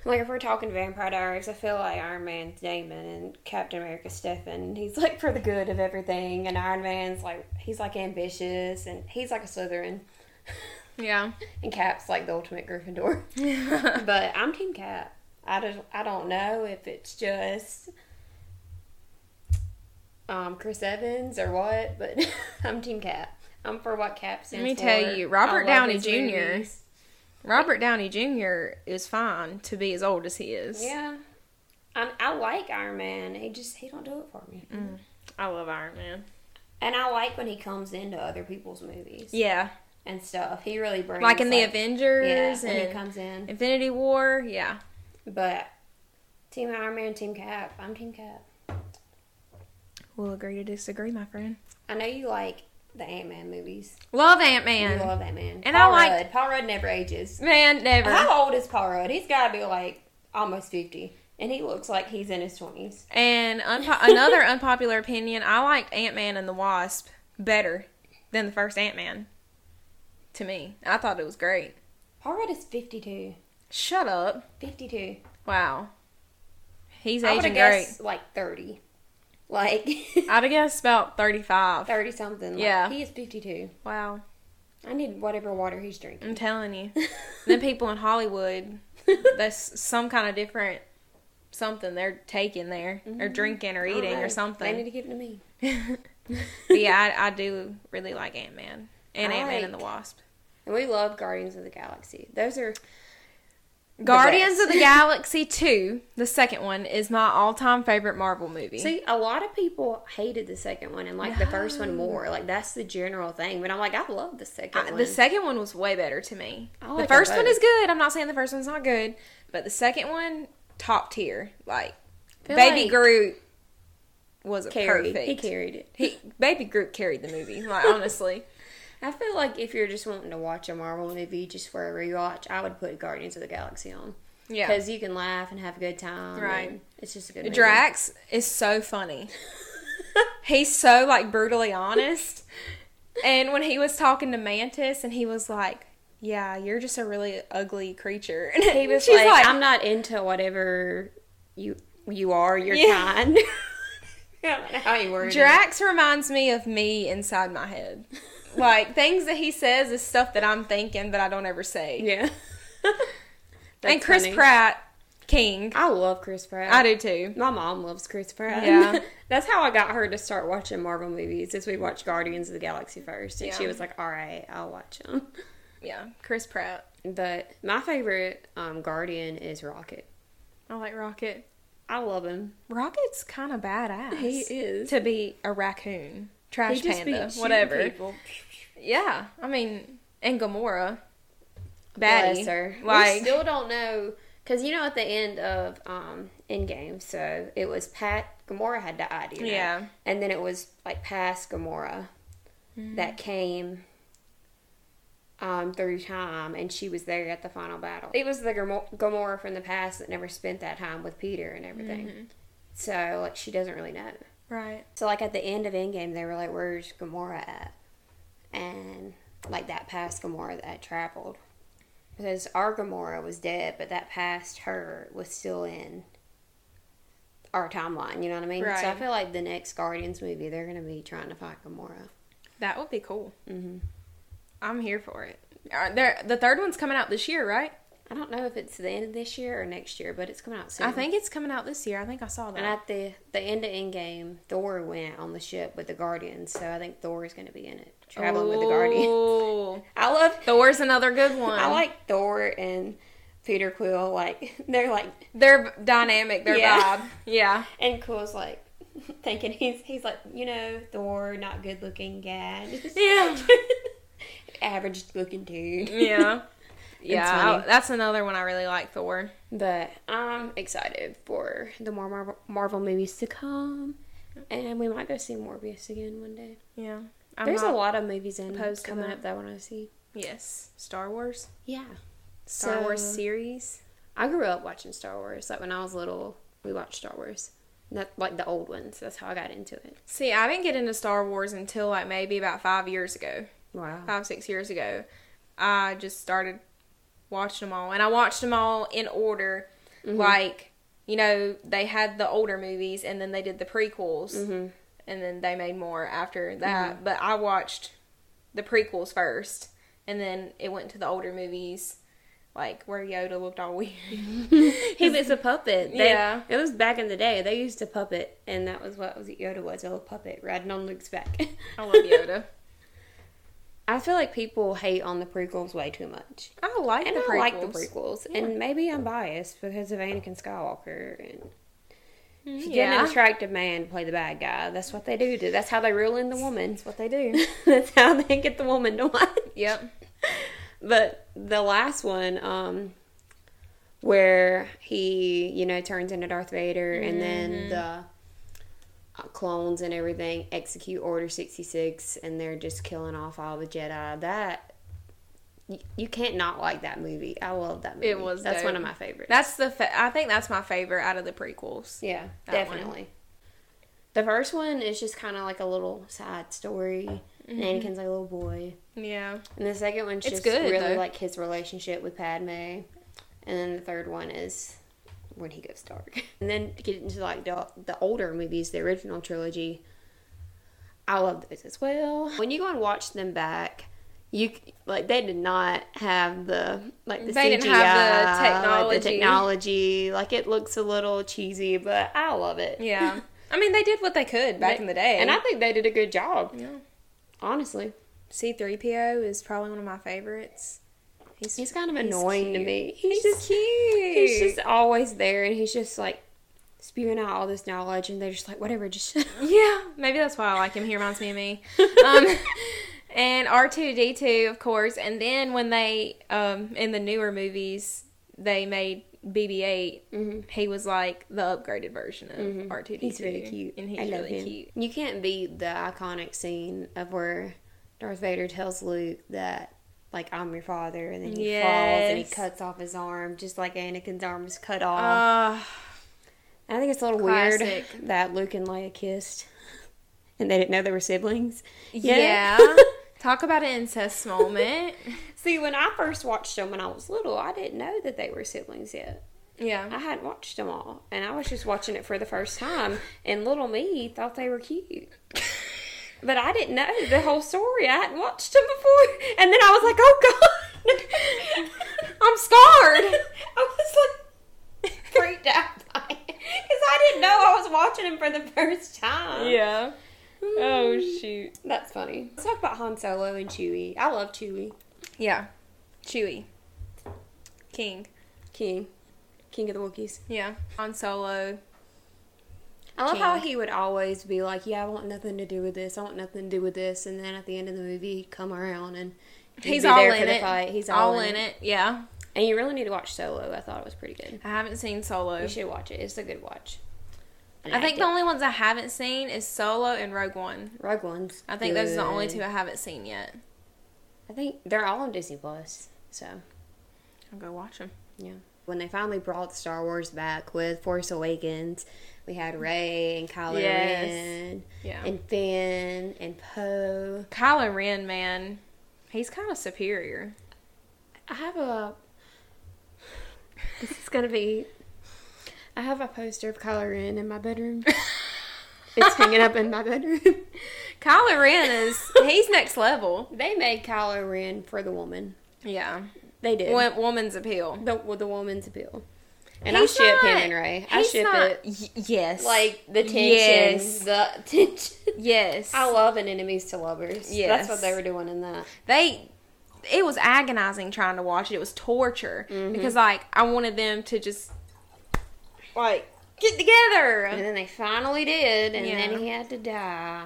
B: like if we're talking vampire diaries, I feel like Iron Man's Damon and Captain America's Stefan. He's like for the good of everything, and Iron Man's like he's like ambitious and he's like a Slytherin, *laughs*
A: Yeah.
B: and Cap's like the ultimate
A: *laughs*
B: Gryffindor. but I'm Team Cap. I don't, I don't know if it's just um, Chris Evans or what, but *laughs* I'm Team Cap. I'm for what Cap stands
A: Let me
B: for.
A: tell you,
B: I
A: Robert
B: love
A: Downey
B: his
A: Jr.
B: movies.
A: *laughs* Robert Downey Jr. is fine to be as old as he is.
B: Yeah, i I like Iron Man. He just he don't do it for me.
A: I love Iron Man.
B: And I like when he comes into other people's movies
A: Yeah.
B: and stuff. He really brings
A: Like in the Avengers
B: yeah, when he
A: and
B: comes in.
A: Infinity War. Yeah.
B: But Team Iron Man, Team Cap. I'm Team Cap.
A: We'll agree to disagree, my friend.
B: I know you like the Ant Man movies.
A: Love Ant
B: I
A: Man.
B: love Ant Man.
A: and
B: Paul
A: I liked-
B: Rudd. Paul Rudd never ages.
A: Man, never.
B: How old is Paul Rudd? He's got to be like almost fifty, and he looks like he's in his twenties.
A: And unpo- another unpopular opinion, I liked Ant Man and the Wasp better than the first Ant Man. To me, I thought it was great.
B: Paul Rudd is 52.
A: Shut up!
B: 52.
A: Wow, he's
B: I would have
A: aging great.
B: guessed like thirty, like *laughs*
A: I'd have guessed about thirty-five.
B: thirty something. Like,
A: Yeah.
B: he is fifty-two.
A: Wow,
B: I need whatever water he's drinking.
A: I'm telling you, the people in Hollywood, that's some kind of different something they're taking there, or
B: Mm-hmm.
A: drinking, or
B: I don't
A: eating,
B: know.
A: or
B: They need
A: something.
B: to give it to me.
A: *laughs* But yeah, I, I do really like Ant Man and
B: I
A: Ant Man and the
B: liked-
A: Wasp.
B: And we love Guardians of the Galaxy. Those are
A: Guardians
B: best.
A: of the Galaxy 2, the second one, is my all time favorite Marvel movie.
B: see a lot of people hated the second one and like the first one more. Like that's the general thing. But I'm like I love the second
A: I-
B: one.
A: the second one was way better to me.
B: I
A: the
B: like
A: first
B: them
A: one
B: both.
A: is good. I'm not saying the first one's not good, but the second one, top tier. Like,
B: Feel
A: Baby
B: like-
A: Groot was a
B: carried.
A: perfect.
B: He carried it.
A: He- Baby Groot carried the movie, *laughs* like, honestly.
B: I feel like if you're just wanting to watch a Marvel movie just for a rewatch, I would put Guardians of the Galaxy on.
A: Yeah.
B: Because you can laugh and have a good time.
A: Right.
B: and It's just a good movie. *laughs*
A: Drax is so funny. He's so, like, brutally honest. And when he was talking to Mantis, and he was like, yeah, you're just a really ugly creature. And
B: He was
A: she's
B: like, I'm not into whatever you you are, you're
A: Yeah.
B: kind. *laughs* I don't know how you word it.
A: Drax reminds me of me inside my *laughs* head. Like things that he says is stuff that I'm thinking, but I don't ever say.
B: *laughs* Yeah.
A: and
B: That's
A: Chris
B: funny.
A: Pratt, King,
B: I love Chris Pratt.
A: I do too.
B: My mom loves Chris Pratt.
A: Yeah.
B: *laughs* That's how I got her to start watching Marvel movies, is we watched Guardians of the Galaxy first. And she
A: Yeah.
B: was like, all right, I'll watch them.
A: Yeah, Chris Pratt.
B: *laughs* But my favorite um, Guardian is Rocket.
A: I like Rocket.
B: I love him.
A: Rocket's kind of badass.
B: He is.
A: to be a raccoon, trash
B: He just be
A: panda,
B: shooting
A: whatever.
B: people.
A: Yeah, I mean, and Gamora,
B: Bless
A: baddie.
B: her. we
A: Like
B: still don't know because you know at the end of um Endgame, so it was Pat Gamora had died. You know?
A: Yeah.
B: and then it was like past Gamora
A: Mm-hmm.
B: that came um through time, and she was there at the final battle. It was the Gamor- Gamora from the past that never spent that time with Peter and everything.
A: Mm-hmm.
B: So like she doesn't really know.
A: right.
B: So like at the end of Endgame, they were like, "Where's Gamora at?" And like that past Gamora that traveled, because our Gamora was dead, but that past her was still in our timeline. You know what I mean? So I
A: Right.
B: feel like the next Guardians movie, they're gonna be trying to find Gamora.
A: That would be cool.
B: Mm-hmm.
A: I'm here for it. Are there, the third one's coming out this year, right?
B: I don't know if it's the end of this year or next year, but it's coming out soon.
A: I think it's coming out this year. I think I saw that.
B: Mm-hmm. And at the the end of Endgame, Thor went on the ship with the Guardians, so I think Thor is gonna be in it, traveling with the Guardians.
A: Oh. Guardian.
B: *laughs* I love
A: Thor's another good one.
B: *laughs* I like Thor and Peter Quill. Like *laughs* they're like,
A: their dynamic, their
B: Yeah.
A: vibe.
B: *laughs*
A: Yeah.
B: and Quill's like thinking he's he's like you know Thor, not good looking guy, *laughs* just
A: Yeah.
B: *laughs* average looking dude.
A: Yeah. Yeah.
B: funny.
A: I- that's another one I really like, Thor.
B: *laughs* But I'm excited for the more Marvel, Marvel movies to come, and we might go see Morbius again one day.
A: Yeah. I'm
B: There's a
A: not-
B: lot of movies in
A: opposed to
B: coming
A: that.
B: up that I want to see.
A: Yes. Star Wars.
B: Yeah,
A: Star
B: So-
A: Wars series.
B: I grew up watching Star Wars. Like when I was little, we watched Star Wars. Not like the old ones. That's how I got into it.
A: See, I didn't get into Star Wars until like maybe about five years ago,
B: Wow.
A: five, six years ago. I just started watching them all. And I watched them all in order. Like, you know, they had the older movies and then they did the prequels. and then they made more after that. But I watched the prequels first, and then it went to the older movies, like where Yoda looked all *laughs* weird.
B: *laughs* he was a puppet. They-
A: Yeah.
B: It was back in the day. They used to puppet, and that was what was Yoda was a little puppet riding on Luke's back. *laughs*
A: I love Yoda.
B: I feel like people hate on the prequels way too much.
A: I like
B: And
A: the
B: I
A: prequels.
B: like the prequels. And maybe I'm biased because of Anakin Skywalker and If you get an
A: Mm, Yeah.
B: attractive man to play the bad guy, that's what they do. That's how they rule in the woman.
A: That's what they *laughs* do.
B: that's how they get the woman to watch.
A: yep.
B: *laughs* But the last one, um, where he, you know, turns into Darth Vader
A: Mm-hmm.
B: and then the uh, clones and everything execute Order 66 and they're just killing off all the Jedi. That, you, you can't not like that movie. I love that movie.
A: It was
B: That's one
A: dope.
B: of my favorites.
A: That's the. Fa- I think that's my favorite out of the prequels.
B: Yeah,
A: That one.
B: definitely. The first one is just kind of like a little side story.
A: Mm-hmm.
B: Anakin's like a little boy,
A: Yeah.
B: and the second one's
A: It's
B: just
A: good,
B: really
A: though.
B: like his relationship with Padme, and then the third one is when he goes dark. *laughs* And then to get into like the, the older movies, the original trilogy, I love those as well. When you go and watch them back. You c- like they did not have the like the
A: They
B: CGI,
A: didn't have the
B: like,
A: technology.
B: the technology. Like it looks a little cheesy, but I love it.
A: Yeah. *laughs* I mean, they did what they could back
B: They-
A: in the day.
B: *laughs* And I think they did a good job,
A: Yeah.
B: honestly.
A: C3PO is probably one of my favorites.
B: He's kind of annoying to
A: cute.
B: me. He's,
A: He's,
B: just
A: cute.
B: he's just always there and he's just like spewing out all this knowledge and they're just like whatever just *laughs*
A: yeah, maybe that's why I like him. He reminds me of me. *laughs* Um, and R2D2, of course. And then when they, um, in the newer movies, they made BB 8, he was like the upgraded version of R2D2.
B: He's really cute.
A: And he's
B: I love
A: really
B: him.
A: cute.
B: You can't beat the iconic scene of where Darth Vader tells Luke that like I'm your father and then he falls and he
A: Yes.
B: cuts off his arm just like Anakin's arm was cut off.
A: Uh,
B: I think it's a little
A: classic.
B: weird that Luke and Leia kissed *laughs* and they didn't know they were siblings. yet.
A: yeah. Talk about an incest moment.
B: *laughs* See, when I first watched them when I was little, I didn't know that they were siblings yet. I
A: Yeah.
B: hadn't watched them all, and I was just watching it for the first time. And little me thought they were cute, but I didn't know the whole story. I hadn't watched them before, and then I was like, "Oh God, *laughs*
A: I'm scarred.
B: I was like *laughs* freaked out by it because I didn't know I was watching them for the first time.
A: Yeah. Oh, shoot.
B: that's funny. Let's talk about Han Solo and Chewie. I love Chewie.
A: Yeah. Chewy. King.
B: King, King of the Wookiees.
A: Yeah. On Solo.
B: I love how
A: King.
B: he would always be like, "Yeah, I want nothing to do with this. I want nothing to do with this." And then at the end of the movie, he'd come around and he'd
A: He's
B: be
A: all
B: there for
A: in
B: the
A: it.
B: fight. He's
A: all in it. Yeah.
B: And you really need to watch Solo. I thought it was pretty good.
A: I haven't seen Solo.
B: You should watch it. It's a good watch. And
A: I think the
B: did-
A: only ones I haven't seen is Solo and Rogue One.
B: Rogue Ones.
A: I think those are the only
B: good.
A: two I haven't seen yet.
B: I think they're all on Disney Plus. So
A: I'll go watch them.
B: yeah. When they finally brought Star Wars back with Force Awakens, we had Ray and Kylo
A: Yes.
B: Ren
A: Yeah.
B: and Finn and Poe.
A: Kylo Ren, man, he's kind of superior.
B: I have a. This is gonna be. I have a poster of Kylo Ren in my *laughs* bedroom. it's hanging up in my bedroom.
A: Kylo Ren is he's next level.
B: They made Kylo Ren for the woman.
A: Yeah.
B: They did.
A: Wo- woman's appeal.
B: the with the woman's appeal. And
A: He's
B: I ship
A: not-
B: him and Ray. I
A: he's
B: ship
A: not-
B: it.
A: Y- yes.
B: Like the tension,
A: Yes.
B: the *laughs* tension.
A: Yes.
B: I love an enemies to lovers. Yeah, that's what
A: Yes.
B: they were doing in that.
A: they it was agonizing trying to watch it. It was torture
B: Mm-hmm.
A: because like I wanted them to just like get
B: And
A: together.
B: then they finally did, and
A: Yeah.
B: then he had to die.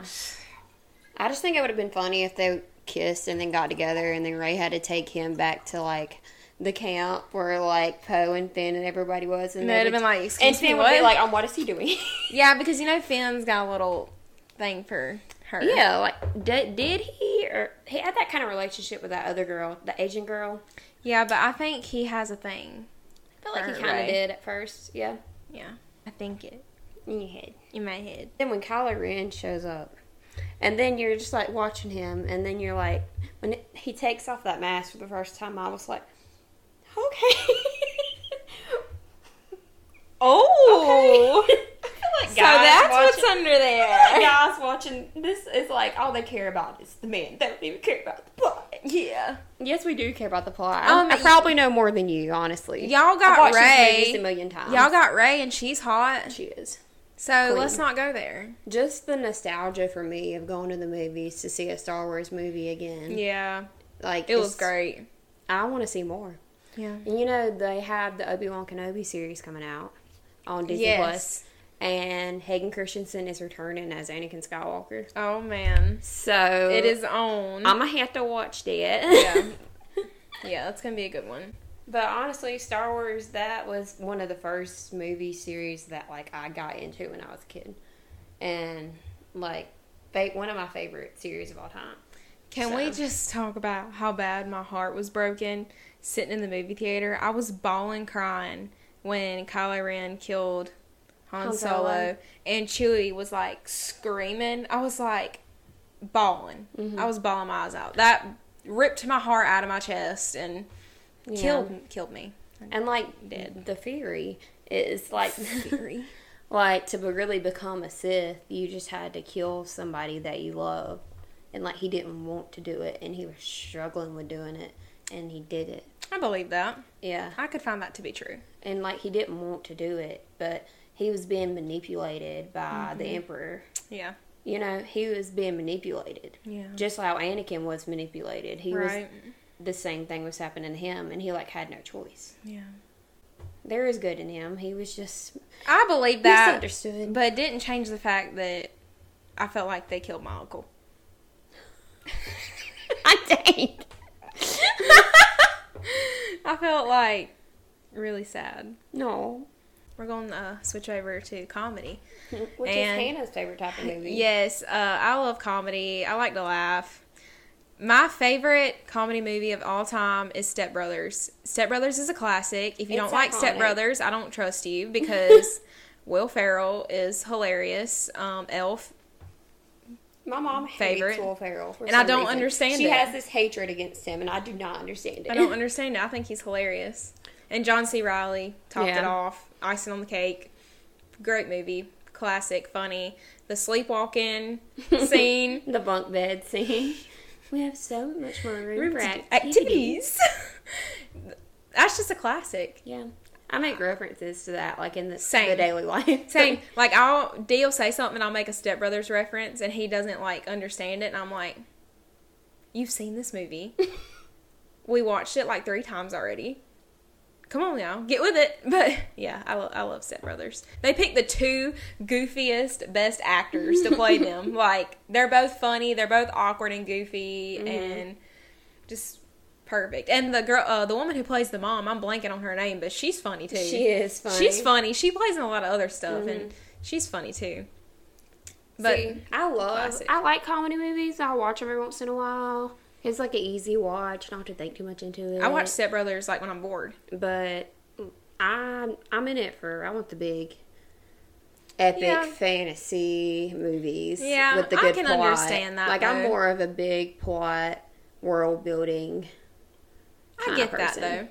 B: I just think it would have been funny if they kissed and then got together, and then Ray had to take him back to like the camp where like Poe and Finn and everybody was, and
A: And they'd
B: they
A: have been like,
B: and
A: "Excuse me,
B: Finn would be
A: what?"
B: like, "Um, what is he doing?"
A: yeah, because you know Finn's got a little thing for her.
B: *laughs* yeah, like did, did he or he had that kind of relationship with that other girl, the Asian girl?
A: Yeah, but I think he has a thing.
B: I feel like he
A: Or
B: kind of
A: Ray.
B: did at first, yeah,
A: Yeah, I think it
B: in your head.
A: in my head.
B: Then when Kylo Ren shows up, and then you're just like watching him, and then you're like, when it, he takes off that mask for the first time, I was like, okay. *laughs*
A: Oh,
B: *laughs* Okay. I feel like
A: so
B: guys
A: that's what's
B: watching-
A: under
B: I feel
A: there.
B: like guys watching this is like all they care about is the men. They don't even care about the plot.
A: Yeah,
B: Yes, we do care about the plot.
A: Um,
B: I probably know more than you, honestly.
A: y'all
B: I've
A: got
B: watched this movie just a
A: Ray.
B: million times.
A: Y'all got Ray, and she's hot.
B: she is.
A: So
B: Queen.
A: let's not go there.
B: Just the nostalgia for me of going to the movies to see a Star Wars movie again.
A: Yeah,
B: Like
A: it was
B: Mm-hmm. it's-
A: great.
B: I want to see more.
A: Yeah.
B: And you know they have the Obi Wan Kenobi series coming out on Disney Plus, and Hayden Christensen is returning as Anakin Skywalker.
A: Oh man,
B: So
A: it is on.
B: I'm gonna have to watch that.
A: yeah, *laughs*
B: *laughs*
A: yeah, that's gonna be a good one.
B: But honestly, Star Wars that was one of the first movie series that like I got into when I was a kid, and like fa- one of my favorite series of all time.
A: Can we
B: So.
A: just talk about how bad my heart was broken sitting in the movie theater? I was bawling, crying when Kylo Ren killed Han,
B: Han
A: Solo,
B: Solo.
A: and Chewie was like screaming. I was like bawling. I was bawling my eyes out. That ripped my heart out of my chest and
B: Yeah.
A: killed killed me.
B: And like the Fury is like
A: Fury.
B: *laughs* like to be- really become a Sith, you just had to kill somebody that you love, and like he didn't want to do it, and he was struggling with doing it, and he did it.
A: *laughs* I believe that.
B: Yeah.
A: I could find that to be true.
B: and like he didn't want to do it, but he was being manipulated by the
A: Mm-hmm.
B: emperor.
A: Yeah.
B: You know, he was being manipulated.
A: Yeah.
B: Just like how Anakin was manipulated. He
A: Right.
B: was the same thing was happening to him and he like had no choice.
A: Yeah.
B: There is good in him. He was just
A: I believe that.
B: misunderstood.
A: But it didn't change the fact that I felt like they killed my uncle. *laughs*
B: I dang.
A: I felt like really sad.
B: no.
A: We're going to uh, switch over to
B: *laughs*
A: comedy.
B: Which
A: And-
B: is Hannah's
A: *laughs*
B: favorite type of movie.
A: Yes, uh, I love comedy. I like to laugh. My favorite comedy movie of all time is Step Brothers. Step Brothers is a classic. If you
B: It's
A: don't like Step
B: iconic.
A: Brothers, I don't trust you
B: *laughs*
A: because Will Ferrell is hilarious. Um, Elf
B: My mom
A: Favorite.
B: hates Will Ferrell. for
A: And I
B: some
A: don't
B: reason.
A: understand
B: She
A: it.
B: has this hatred against him and I do not understand it.
A: I don't understand it. I think he's hilarious. And John C. Riley topped it
B: Yeah.
A: off. Icing on the cake. Great movie. Classic, funny. The sleepwalking scene.
B: *laughs* the bunk
A: *laughs*
B: bed scene. We have so much more room, for activities.
A: activities. *laughs* That's just a classic.
B: Yeah. I make references to that, like in the,
A: Same.
B: the daily life. *laughs*
A: Same. Like I'll D'll say something, I'll make a Step Brothers reference, and he doesn't like understand it, and I'm like, "You've seen this
B: *laughs*
A: movie? we watched it like three times already. Come on now, get with it." *laughs* But yeah, I, lo- I love Step Brothers. They picked the two goofiest, best actors to play
B: *laughs*
A: them. Like they're both funny, they're both awkward and goofy,
B: Mm-hmm.
A: and just perfect. And the girl, uh, the woman who plays the mom, I'm blanking on her name, but she's funny too.
B: She is funny. Mm-hmm.
A: She's funny. She plays in a lot of other stuff, and she's funny too. But
B: See, I love.
A: Classic.
B: I like comedy movies. I watch them every once in a while. It's like an easy watch. Not to think too much into it.
A: I watch Step Brothers like when I'm bored.
B: but I'm I'm in it for. I want the big, epic
A: Yeah.
B: fantasy movies.
A: Yeah,
B: with the
A: I
B: good
A: can
B: plot.
A: understand that,
B: Like I'm
A: though.
B: more of a big plot,
A: *laughs*
B: world building.
A: I
B: Kinda
A: get that
B: person.
A: though.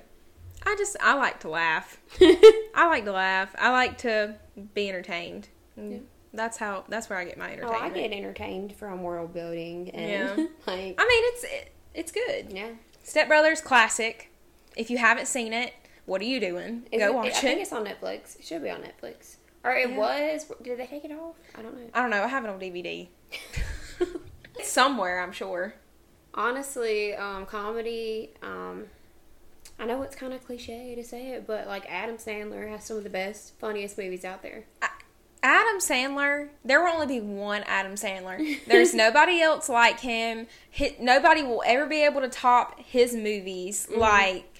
A: I just I like to laugh. I like to laugh. I like to be entertained. And That's how. That's where I get my
B: Oh,
A: entertainment.
B: I get entertained from world building and
A: Yeah.
B: *laughs* like
A: I mean, it's it, it's good.
B: yeah.
A: Step Brothers classic. If you haven't seen it, what are you doing?
B: Is
A: Go
B: it- I
A: watch
B: think
A: it.
B: it's on Netflix. It should be on Netflix. Or it was. Did they take it off? I don't know.
A: I don't know. I have it on DVD *laughs* somewhere. I'm sure.
B: Honestly, um, comedy. Um, I know it's kind of cliche to say it, but like Adam Sandler has some of the best, funniest movies out there.
A: Adam Sandler, there will only be one Adam Sandler.
B: *laughs*
A: There's nobody else like him. Hi nobody will ever be able to top his movies.
B: Mm-hmm.
A: Like,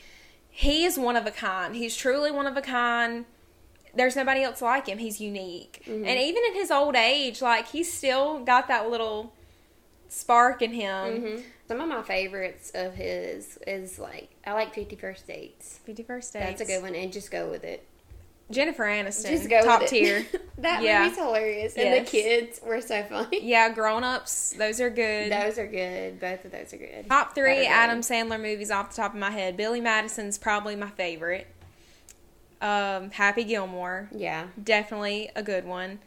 A: he is one of a kind. He's truly one of a kind. There's nobody else like him. He's unique.
B: Mm-hmm.
A: And even in his old age, like, he's still got that little spark in him.
B: Some of my favorites of his is like I like Fifty First Dates.
A: Fifty First Dates.
B: That's a good one, and just go with it.
A: Jennifer Aniston.
B: Just go
A: top
B: with *laughs*
A: tier.
B: it. that
A: Yeah.
B: movie's hilarious, and
A: Yes.
B: the kids were so
A: *laughs*
B: funny.
A: yeah, grown ups. Those are good.
B: Those are good. Both of those are good.
A: Top
B: That are
A: three
B: good.
A: Adam Sandler movies off the top of my head. Billy Madison's probably my favorite. Um, Happy Gilmore,
B: Yeah.
A: definitely a good one.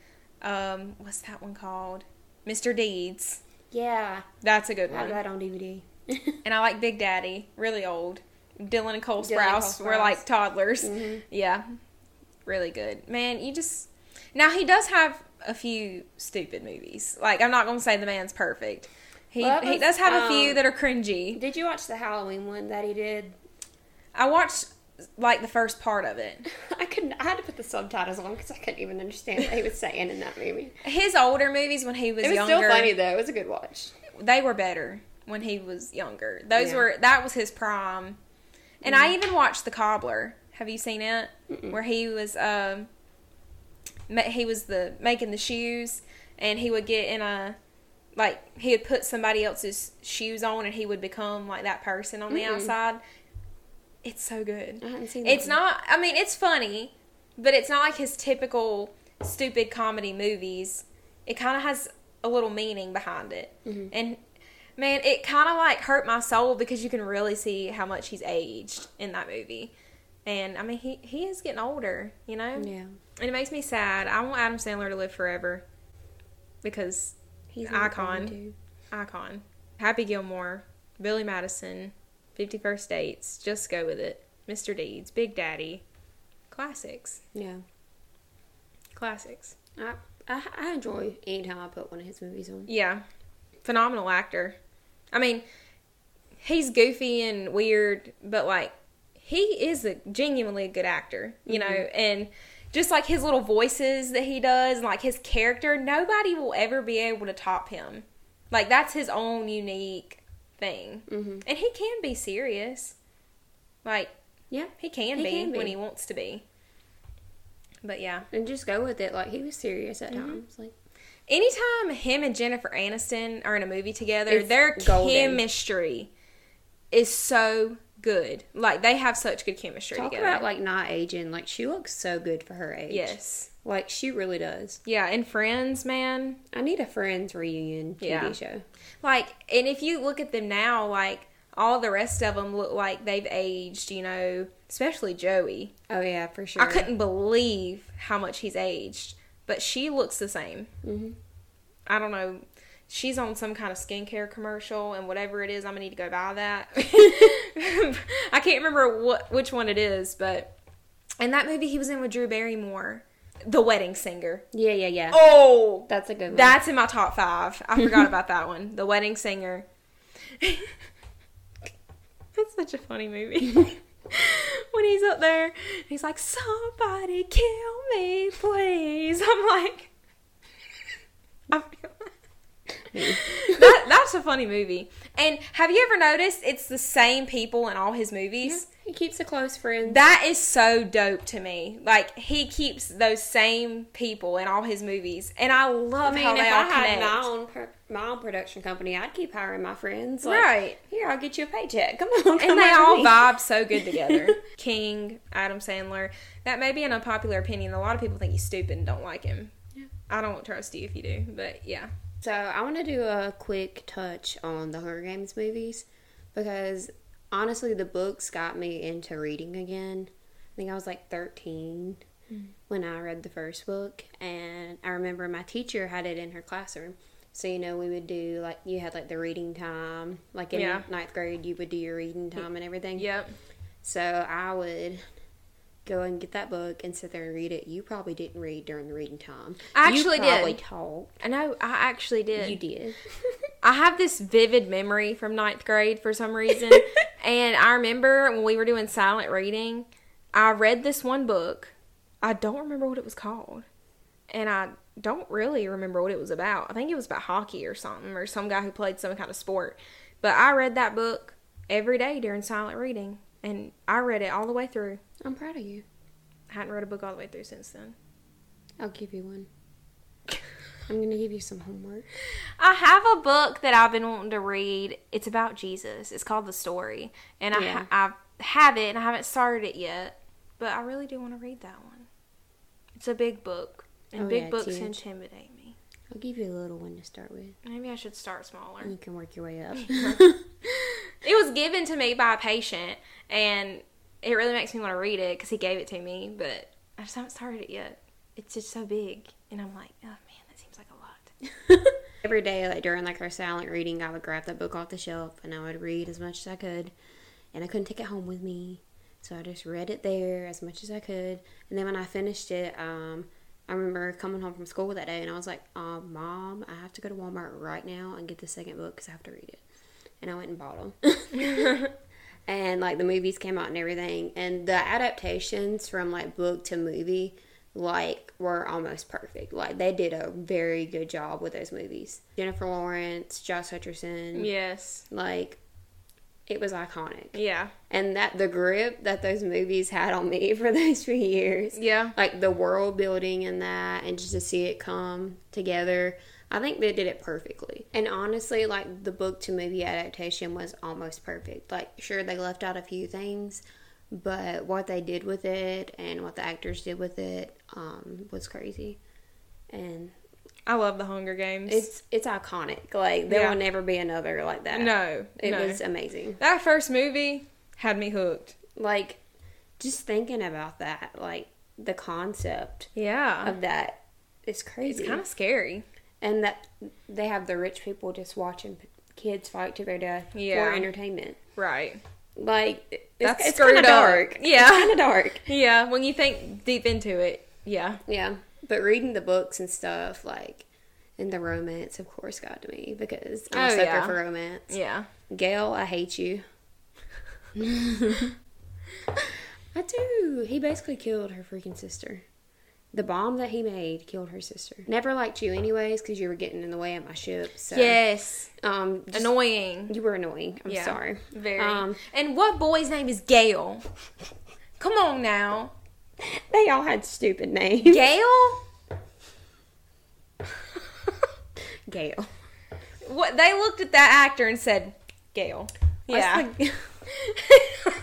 A: Um, what's that one called? Mr. Deeds.
B: Yeah.
A: That's a good
B: I have
A: one.
B: that on DVD. *laughs*
A: And I like Big Daddy, really old. Dylan and Cole
B: Dylan and Cole
A: Sprouse were like
B: Sprouse. Mm-hmm.
A: toddlers. *laughs* Yeah, really good. Man, you just now he does have a few stupid movies. Like I'm not gonna say the man's perfect. He
B: Well, that
A: he
B: was,
A: does have a few
B: um,
A: that are cringy.
B: Did you watch the Halloween one that he did?
A: I watched like the first part of it.
B: *laughs* I couldn't. I had to put the subtitles on because I couldn't even understand what he was saying in that
A: *laughs*
B: movie.
A: His older movies when he was,
B: It was
A: younger,
B: still funny though. It was a good watch.
A: they were better when he was younger. Those
B: Yeah. Mm-hmm.
A: were that was his prime. And I even watched The Cobbler. Have you seen it? Where he was um ma- he was the making the shoes and he would get in a like he would put somebody else's shoes on and he would become like that person on the outside. It's so good.
B: I haven't seen.
A: It's
B: that
A: not. I mean, it's funny, but it's not like his typical stupid comedy movies. It kind of has a little meaning behind it, and man, it kind of like hurt my soul because you can really see how much he's aged in that movie. And I mean, he he is getting older, you know.
B: one.
A: And
B: Yeah,
A: it makes me sad. I want Adam Sandler to live forever because
B: he's
A: an icon. icon, Happy Gilmore, Billy Madison, Fifty First Dates, Just Go With It, Mr. Deeds, Big Daddy, classics,
B: Yeah,
A: classics.
B: I, I I enjoy anytime I put one of his movies on.
A: Yeah, phenomenal actor. I mean, he's goofy and weird, but like he is a genuinely a good actor, you know,
B: Mm-hmm.
A: and just like his little voices that he does, and like his character, nobody will ever be able to top him. Like that's his own unique thing,
B: Mhm.
A: and he can be serious. Like
B: Yeah,
A: he can,
B: He
A: be,
B: can be.
A: when he wants to be. But yeah,
B: and just go with it. Like he was serious at times. Like
A: Anytime him and Jennifer Aniston are in a movie together,
B: It's
A: their
B: golden.
A: chemistry is so good. Like they have such good chemistry
B: talk
A: together.
B: about like not aging. Like she looks so good for her age.
A: yes.
B: like she really does.
A: Yeah, and Friends, man.
B: I need a Friends reunion TV
A: Yeah.
B: show.
A: Like and if you look at them now, like all the rest of them look like they've aged, you know, especially Joey.
B: Oh yeah, for sure.
A: I couldn't believe how much he's aged, but she looks the same.
B: Mhm.
A: I don't know. She's on some kind of skincare commercial, and whatever it is, I'm gonna need to go buy that. *laughs* I can't remember what which one it is, but and that movie he was in with Drew Barrymore, The Wedding Singer.
B: Yeah, yeah, yeah.
A: Oh,
B: That's a good one.
A: that's in my top five. I forgot about that one, The Wedding *laughs* Singer. That's such a funny *laughs* movie. when he's up there, he's like, "Somebody kill me, please." I'm like, *laughs* I feel- that, that's a funny movie. And have you ever noticed it's the same people in all his movies?
B: he keeps a close friend.
A: That is so dope to me. Like he keeps those same people in all his movies, and I love
B: I mean,
A: how
B: if
A: they
B: I
A: all
B: had
A: connect.
B: my own pro- my own production company, I'd keep hiring my friends. Like,
A: Right.
B: here, I'll get you a paycheck. *laughs* Come on, come
A: and they
B: work with
A: all
B: me.
A: vibe so good together. King, Adam Sandler. That may be an unpopular opinion. A lot of people think he's stupid and don't like him.
B: Yeah.
A: I don't trust you if you do, but yeah.
B: So I want to do a quick touch on the Hunger Games movies because honestly, the books got me into reading again. I think I was like 13
A: Hmm.
B: when I read the first book, and I remember my teacher had it in her classroom. So you know, we would do like you had like the reading time, like in
A: Yeah.
B: ninth grade, you would do your reading time and everything.
A: Yep.
B: So I would go and get that book and sit there and read it. You probably didn't read during the reading time.
A: I
B: You
A: actually did.
B: probably talked.
A: I know. I actually did. *laughs*
B: You did.
A: I have this vivid memory from ninth grade for some reason. and I remember when we were doing silent reading, I read this one book. I don't remember what it was called. And I don't really remember what it was about. I think it was about hockey or something, or some guy who played some kind of sport. But I read that book every day during silent reading. And I read it all the way through.
B: I'm proud of you.
A: I hadn't read a book all the way through since then.
B: I'll give you one. I'm gonna give you some homework.
A: I have a book that I've been wanting to read. It's about Jesus. It's called The Story, and I
B: Yeah.
A: I have it, and I haven't started it yet, but I really do want to read that one. It's a big book, and
B: Oh,
A: big
B: yeah, it's
A: books
B: huge.
A: intimidate me.
B: I'll give you a little one to start with.
A: Maybe I should start smaller.
B: You can work your way up.
A: *laughs* It was given to me by a patient, and it really makes me want to read it because he gave it to me, but I just haven't started it yet. It's just so big, and I'm like, oh man, that seems like a lot.
B: *laughs* Every day, like during like our silent reading, I would grab that book off the shelf and I would read as much as I could. And I couldn't take it home with me, so I just read it there as much as I could. And then when I finished it, um, I remember coming home from school that day and I was like, uh, "Mom, I have to go to *laughs* Walmart right now and get the second book because I have to read it." And I went and bought them. and like the movies came out and everything and the adaptations from like book to movie like were almost perfect like they did a very good job with those movies jennifer lawrence josh hutcherson
A: Yes.
B: like it was iconic
A: Yeah.
B: and that the grip that those movies had on me *laughs* for those few years
A: Yeah.
B: like the world building and that and just to see it come together i think they did it perfectly and honestly like the book to movie adaptation was almost perfect like sure they left out a few things but what they did with it and what the actors did with it um, was crazy and
A: I love the Hunger Games.
B: it's it's iconic like there
A: Yeah.
B: will never be another like that
A: no.
B: it
A: no.
B: was amazing
A: that first movie had me hooked.
B: like just thinking about that like the concept
A: Yeah.
B: of that is crazy
A: Mm. It's kind of scary.
B: and that they have the rich people just watching p- kids fight to their death
A: Yeah.
B: for entertainment.
A: Right.
B: Like it's,
A: That's
B: it's kind
A: screwed
B: of
A: up.
B: dark.
A: Yeah.
B: kind of dark.
A: Yeah. When you think deep into it, yeah.
B: Yeah, but reading the books and stuff like. And the romance, of course, got to me because I'm a
A: Oh,
B: sucker
A: yeah.
B: for romance.
A: Yeah.
B: Gail, I
A: *laughs*
B: hate you. I do. He basically killed her freaking sister. The bomb that he made killed her sister. Never liked you, anyways, because you were getting in the way of my ship. So
A: Yes.
B: um, just-
A: Annoying.
B: You were annoying. I'm
A: Yeah.
B: sorry.
A: Very.
B: Um,
A: and what boy's name is Gail? Come on now.
B: they all had stupid names.
A: Gail?
B: Gail.
A: What they looked at that actor and said, Gail. Yeah.
B: What's the, *laughs*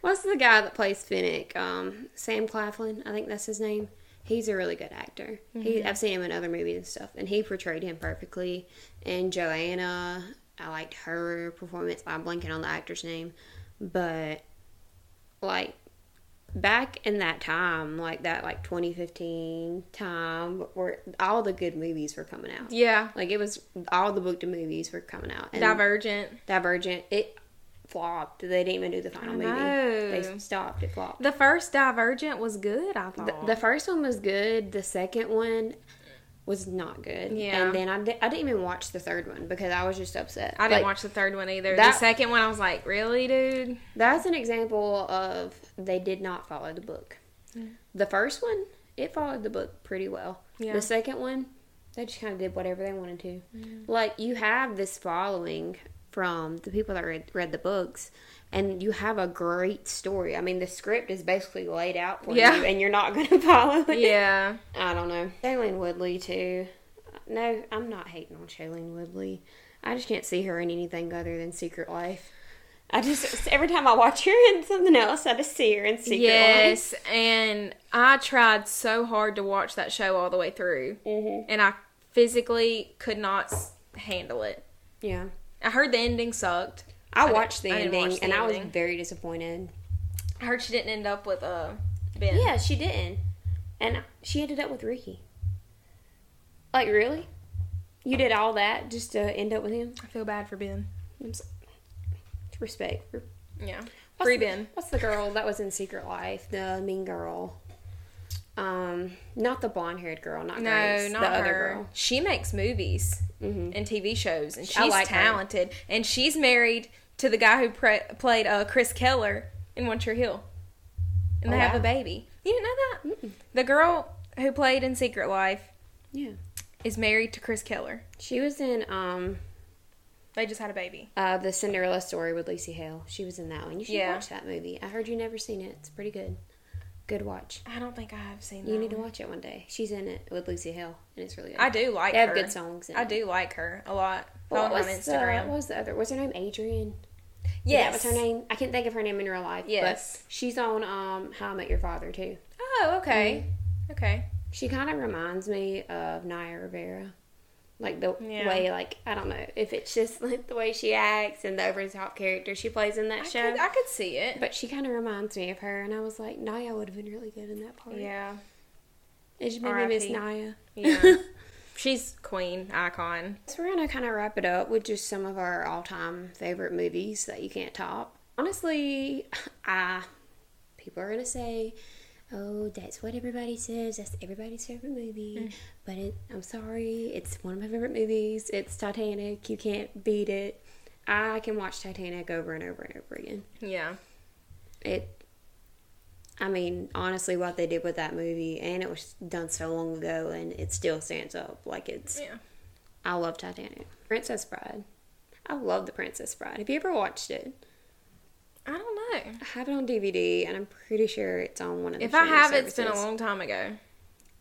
B: what's the guy that plays Finnick? Um, Sam Claflin, I think that's his name. He's a really good actor.
A: Mm-hmm.
B: He, I've seen him in other movies and stuff, and he portrayed him perfectly. And Joanna, I liked her performance. I'm blanking on the actor's name, but like back in that time, like that like 2015 time, where all the good movies were coming
A: *laughs*
B: out.
A: yeah.
B: Like it was all the book to movies were coming out. And
A: Divergent.
B: Divergent, it flopped. They didn't even do the final
A: I
B: movie.
A: know.
B: They stopped. It flopped.
A: The first Divergent was good, I
B: Oh. The,
A: thought.
B: the first one was good. The second one was not good.
A: Yeah.
B: And then I, di- I didn't even watch the third one because I was just upset.
A: I didn't
B: Like,
A: watch the third one either.
B: that-
A: the second one, I was like, really,
B: *laughs*
A: dude?
B: That's an example of they did not follow the book.
A: Hmm.
B: The first one, it followed the book pretty well.
A: Yeah.
B: The second one, they just kind of did whatever they wanted to.
A: Hmm.
B: Like you have this following from the people that read, read the books, and you have a great story. I mean, the script is basically laid out for
A: Yeah.
B: you, and you're not going to *laughs* follow it.
A: Yeah.
B: I don't know. Shailene Woodley too. No, I'm not hating on Shailene Woodley. I just can't see her in anything other than Secret Life. I just every time I watch her in something else, I just see her in Secret Life.
A: Yes, and I tried so hard to watch that show all the way through,
B: Mm-hmm.
A: and I physically could not s- handle it.
B: Yeah,
A: I heard the ending sucked.
B: I,
A: didn't-
B: watched the
A: I didn't
B: ending
A: watch the
B: and I
A: ending.
B: was very disappointed.
A: I heard she didn't end up with uh, Ben.
B: Yeah, she didn't, and she ended up with Ricky. Like really, you did all that just to end up with him?
A: I feel bad for Ben.
B: I'm so- respect.
A: Yeah,
B: What's
A: free
B: the-
A: Ben.
B: What's the girl that was in Secret Life? The mean girl. Um, not the blonde haired girl, not
A: No,
B: Grace.
A: not
B: the
A: her.
B: other girl.
A: She makes movies and TV shows, and
B: I
A: she's
B: like her.
A: talented. And she's married to the guy who pre- played uh, Chris Keller in One Tree Hill, and they
B: Oh,
A: have a
B: wow.
A: baby. You didn't know that? The girl who played in Secret Life
B: Yeah.
A: is married to Chris Keller.
B: She was in um
A: They just had a baby.
B: uh the Cinderella story with Lucy Hale. She was in that one. You should
A: Yeah.
B: watch that movie. I heard you never seen it. It's pretty good. Good watch.
A: I don't think I have seen. That
B: You need to
A: one.
B: watch it one day. She's in it with Lucy Hale, and it's really good.
A: Um. I do like.
B: They have
A: her.
B: good songs. In
A: I
B: it.
A: do like her a lot. Follow
B: What
A: her on
B: was,
A: Instagram.
B: The, what was the other? Was her name Adrian?
A: yes.
B: That was her name. I can't think of her name in real life.
A: Yes.
B: But she's on um How I Met Your Father too.
A: Oh, okay.
B: Mm-hmm.
A: Okay.
B: She kind of reminds me of Naya Rivera. Like the
A: Yeah.
B: way, like, I don't know if it's just *laughs* like the way she acts and the over the top character she plays in that
A: I
B: show.
A: could, I could see it.
B: but she kind of reminds me of her, and I was like, Naya would have been really good in that part.
A: Yeah.
B: It just made me miss
A: R.I.P..
B: Naya.
A: Yeah. She's queen icon.
B: So we're gonna kind of wrap it up with just some of our all-time favorite movies that you can't top. Honestly, I people are gonna say, "Oh, that's what everybody says. That's everybody's favorite movie." But it, I'm sorry, it's one of my favorite movies. It's Titanic. You can't beat it. I can watch Titanic over and over and over again.
A: Yeah.
B: It, I mean, honestly, what they did with that movie, and it was done so long ago, and it still stands up. Like it's,
A: Yeah.
B: I love Titanic, Princess Bride. I love the Princess Bride. Have you ever watched it?
A: I don't know.
B: I have it on DVD, and I'm pretty sure it's on one of the.
A: If I
B: streaming
A: have, it's been a
B: services.
A: long time ago.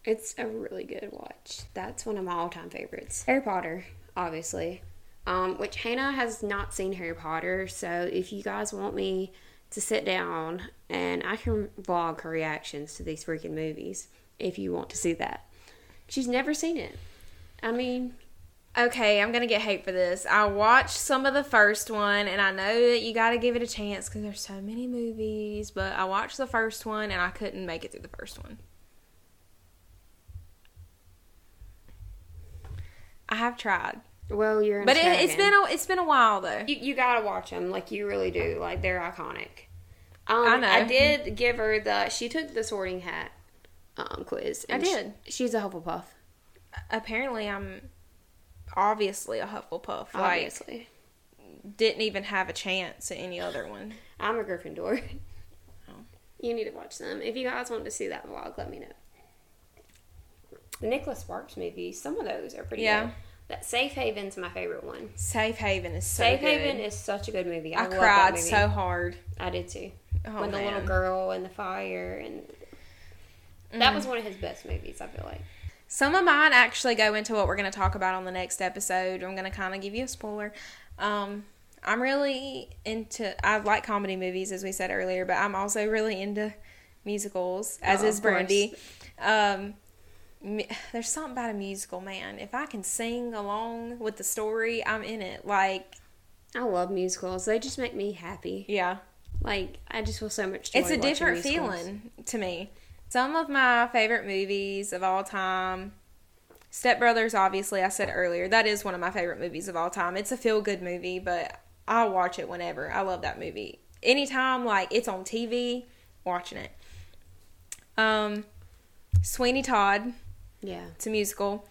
B: It's a really good watch. That's one of my all-time favorites. Harry Potter, obviously. Um, which Hannah has not seen Harry Potter, so if you guys want me to sit down and I can vlog her reactions to these freaking movies, if you want to see that, she's never seen it. I mean,
A: Okay, I'm gonna get hate for this. I watched some of the first one, and I know that you gotta give it a chance because there's so many movies. But I watched the first one, and I couldn't make it through the first one. I have tried,
B: well, you're. An
A: but it, it's been
B: Australian.
A: a, it's been a while though.
B: you, you gotta watch them like you really do like they're iconic um,
A: I
B: I,
A: know.
B: did give her the she took the sorting hat um, quiz
A: I
B: and she-
A: did.
B: she's a hufflepuff
A: Apparently, I'm obviously a Hufflepuff.
B: obviously
A: Like, didn't even have a chance at any other one.
B: i'm a gryffindor *laughs*
A: Oh.
B: you need to watch them if you guys want to see that vlog let me know the nicholas sparks movies some of those are pretty
A: Yeah.
B: good that safe haven's my favorite one
A: Safe Haven is so
B: safe
A: good.
B: haven is such a good movie i,
A: I
B: love that
A: cried
B: movie.
A: so hard.
B: i did too
A: Oh,
B: when the little
A: man.
B: girl and the fire and
A: Mm.
B: that was one of his best movies i feel like
A: Some of mine actually go into what we're going to talk about on the next episode. I'm going to kind of give you a spoiler. Um, I'm really into, I like comedy movies, as we said earlier, but I'm also really into musicals, as
B: Oh,
A: is
B: of course.
A: Brandy. Um, mu- there's something about a musical, man. If I can sing along with the story, I'm in it. Like,
B: I love musicals. They just make me happy.
A: yeah.
B: Like I just feel so much joy.
A: it's a
B: watching
A: different
B: musicals.
A: feeling to me. Some of my favorite movies of all time. Step Brothers, obviously, I said earlier, that is one of my favorite movies of all time. It's a feel good movie, but I'll watch it whenever. I love that movie. Anytime, like, it's on TV, watching it. Um, Sweeney Todd,
B: Yeah.
A: it's a musical.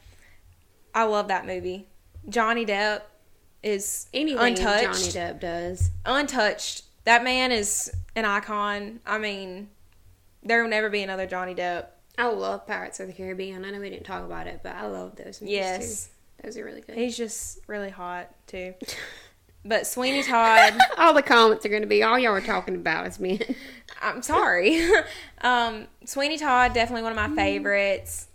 A: I love that movie. Johnny Depp is
B: Anything
A: untouched
B: Johnny Depp does.
A: untouched. That man is an icon. I mean, there will never be another Johnny Depp.
B: I love Pirates of the Caribbean. I know we didn't talk about it, but I love those movies
A: Yes.
B: too. Those are really good.
A: He's just really hot too. But Sweeney Todd,
B: all the comments are gonna be all y'all are talking about is
A: *laughs*
B: me.
A: I'm sorry. *laughs* um, Sweeney Todd, definitely one of my favorites.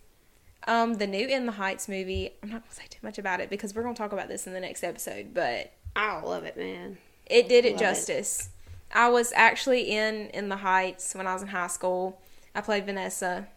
A: Um, the new In the Heights movie. I'm not gonna say too much about it because we're gonna talk about this in the next episode. But
B: I love it, man.
A: it did it
B: Love it.
A: justice. I was actually in in the Heights when I was in high school. I played Vanessa,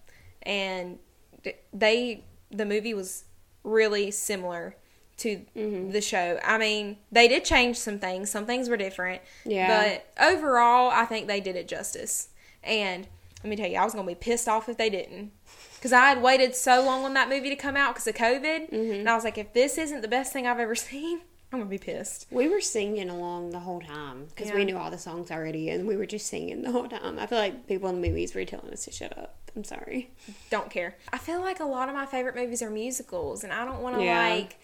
A: and th- they the movie was really similar to
B: Mm-hmm.
A: the show. I mean, they did change some things. Some things were different.
B: Yeah.
A: But overall, I think they did it justice. And let me tell you, I was gonna be pissed off if they didn't. Because I had waited so long on that movie to come out because of COVID.
B: Mm-hmm.
A: And I was like, if this isn't the best thing I've ever *laughs* seen, I'm going to be pissed.
B: We were singing along the whole time because
A: Yeah.
B: we knew all the songs already, and we were just singing the whole time. I feel like people in the movies were telling us to shut up. I'm sorry.
A: don't care. I feel like a lot of my favorite movies are musicals, and I don't want to
B: Yeah.
A: like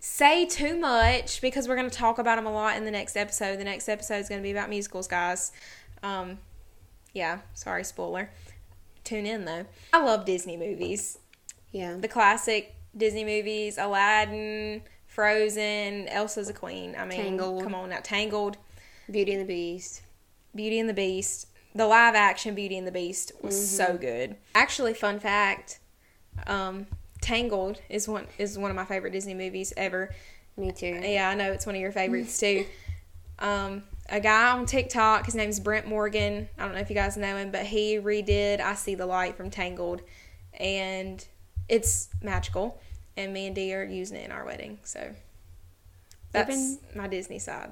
A: say too much because we're going to talk about them a lot in the next episode. The next episode is going to be about musicals, guys. Um, yeah, sorry, spoiler. Tune in though. I love Disney movies,
B: Yeah.
A: the classic Disney movies: Aladdin, Frozen, Elsa's a Queen. I mean,
B: Tangled.
A: come on now, Tangled,
B: Beauty and the Beast.
A: Beauty and the Beast, the live action Beauty and the Beast was so good. Actually, fun fact, um, Tangled is one is one of my favorite Disney movies ever.
B: Me too.
A: Yeah, I know it's one of your favorites too. Um, a guy on TikTok, his name's Brent Morgan. I don't know if you guys know him, but he redid "I See the Light" from Tangled, and it's magical. And me and Dee are using it in our wedding, so that's
B: been-
A: my Disney side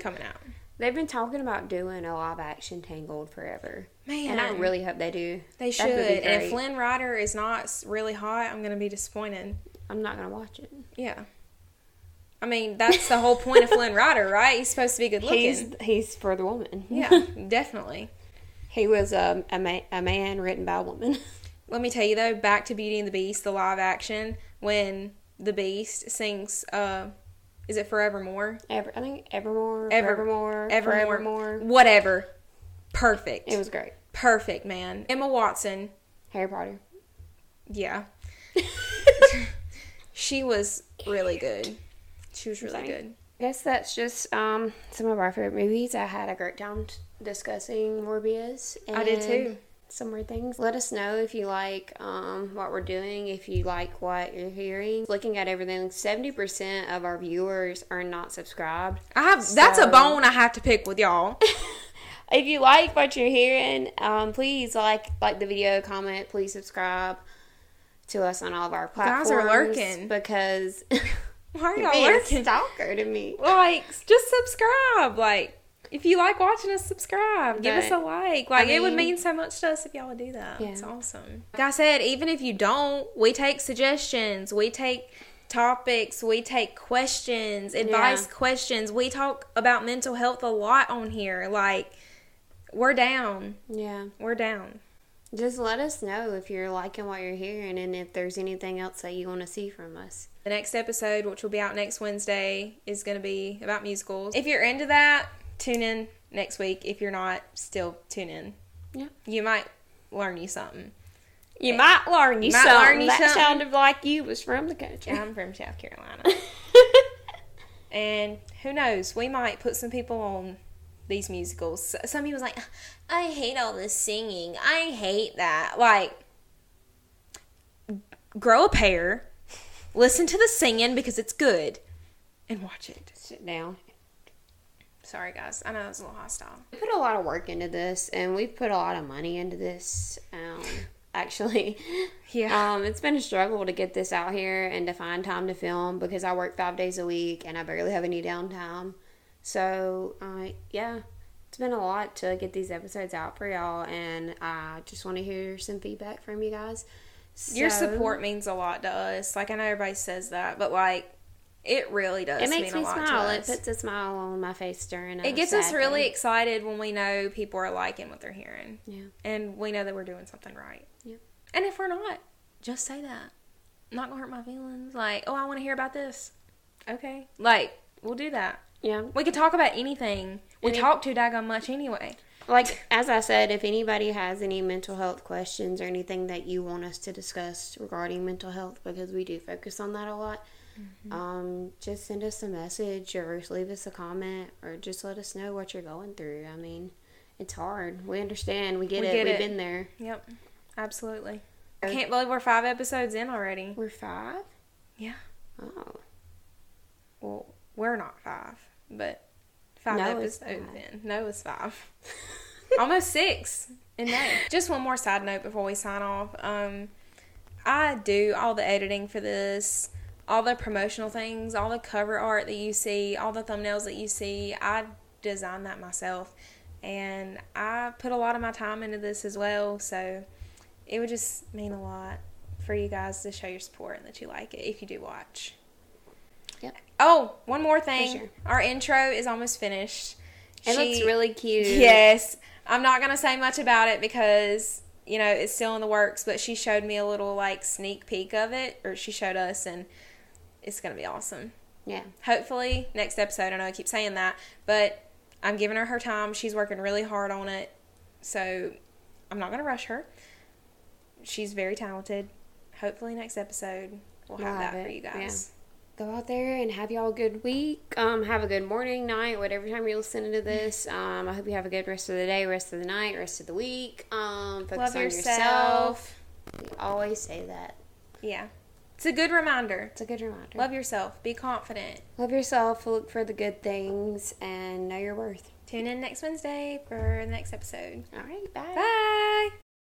A: coming out.
B: They've been talking about doing a live action Tangled forever.
A: Man,
B: And I really hope they do.
A: They
B: That
A: should.
B: would be
A: And if
B: great.
A: Flynn Rider is not s- really hot, I'm going to be disappointed.
B: I'm not going to watch it.
A: Yeah. I mean, that's the whole point of
B: *laughs*
A: Flynn Rider, right? He's supposed to be good looking.
B: He's, he's for the woman. *laughs*
A: yeah, definitely.
B: he was um, a, ma- a man written by a woman.
A: Let me tell you though, back to Beauty and the Beast, the live action, when the Beast sings uh, Is it Forevermore?
B: Ever, I think Evermore,
A: Ever-
B: Evermore,
A: Evermore.
B: Forevermore.
A: Whatever. Perfect.
B: It was great.
A: perfect, man. Emma Watson.
B: Harry Potter. *laughs*
A: Yeah. *laughs* she was really good. She was really
B: Sorry.
A: good.
B: I guess that's just um, some of our favorite movies. I had a great time t- discussing Morbius. And
A: I did too.
B: Some weird things. Let us know if you like um, what we're doing, if you like what you're hearing. Looking at everything, 70% of our viewers are not subscribed.
A: I have that's a
B: So-
A: bone I have to pick with
B: *laughs*
A: y'all.
B: If you like what you're hearing, um, please like like the video, comment, please subscribe to us on all of our platforms.
A: guys are lurking.
B: because
A: Why
B: *laughs*
A: are
B: you're
A: y'all
B: being a
A: lurking?
B: stalker to me.
A: Like, just subscribe. Like, if you like watching us, subscribe. Give us a
B: Right.
A: like. Like, it would
B: mean-
A: mean so much to us if y'all would do that.
B: Yeah.
A: It's awesome. Like I said, even if you don't, we take suggestions. We take topics. We take questions, advice questions. We talk about mental health a lot on here. Like, we're down.
B: Yeah.
A: We're down.
B: Just let us know if you're liking what you're hearing and if there's anything else that you want to see from us.
A: The next episode, which will be out next Wednesday, is going to be about musicals. If you're into that, tune in next week. If you're not, still tune in.
B: Yeah.
A: You might learn you something.
B: You might learn you
A: Might
B: something.
A: learn you
B: that
A: something.
B: sounded like you was from the country.
A: I'm from South Carolina. and who knows? We might put some people on these musicals. S- Some people's like, I hate all this singing. I hate that. Like, grow a pair, listen to the singing because it's good, and watch it.
B: Sit down.
A: Sorry, guys. I know it was a little hostile.
B: We put a lot of work into this and we've put a lot of money into this.
A: *laughs*
B: Um, actually,
A: Yeah.
B: Um, it's been a struggle to get this out here and to find time to film because I work five days a week and I barely have any downtime. So, uh, yeah, it's been a lot to get these episodes out for y'all, and I just want to hear some feedback from you guys.
A: Your
B: So,
A: support means a lot to us. Like, I know everybody says that, but like, it really does.
B: It makes
A: mean
B: me
A: a lot
B: smile.
A: To
B: It
A: us.
B: puts a smile on my face during. a
A: it gets
B: sad
A: us really
B: day.
A: excited when we know people are liking what they're hearing
B: Yeah.
A: and we know that we're doing something right
B: Yep.
A: and if we're not just say that not gonna hurt my feelings like oh i want to hear about this okay like we'll do that
B: Yeah.
A: we could talk about anything we
B: Any-
A: talk too daggone much anyway
B: Like as I said, if anybody has any mental health questions or anything that you want us to discuss regarding mental health, because we do focus on that a lot,
A: Mm-hmm.
B: um, just send us a message or leave us a comment or just let us know what you're going through. I mean, it's hard. We understand. We get
A: We
B: it.
A: get
B: We've
A: it.
B: been there.
A: yep absolutely i
B: Okay.
A: can't believe we're five episodes in already
B: We're five.
A: yeah
B: Oh,
A: well we're not five but five
B: No, it's
A: episodes
B: five.
A: in no it's five almost six in May. Just one more side note before we sign off. Um, I do all the editing for this, all the promotional things, all the cover art that you see, all the thumbnails that you see. I design that myself, and I put a lot of my time into this as well. So it would just mean a lot for you guys to show your support and that you like it if you do watch.
B: Yep.
A: Oh, one more thing.
B: sure.
A: Our intro is almost finished.
B: *laughs*
A: She-
B: it looks really cute.
A: Yes. I'm not going to say much about it because, you know, it's still in the works, but she showed me a little like sneak peek of it, or she showed us, and it's going to be awesome.
B: Yeah.
A: Hopefully, next episode. I know I keep saying that, but I'm giving her her time. She's working really hard on it. So I'm not going to rush her. She's very talented. Hopefully, next episode we'll have
B: We'll have
A: that for
B: it,
A: you
B: yeah.
A: guys.
B: go out there and have y'all a good week. Um, have a good morning, night, whatever time you're listening to this. Um, I hope you have a good rest of the day, rest of the night, rest of the week. Um, focus
A: Love
B: on
A: yourself.
B: yourself. We always say that.
A: Yeah. It's a good reminder.
B: It's a good reminder.
A: Love yourself. Be confident.
B: Love yourself. Look for the good things and know your worth.
A: Tune in next Wednesday for the next episode.
B: All right, bye.
A: Bye.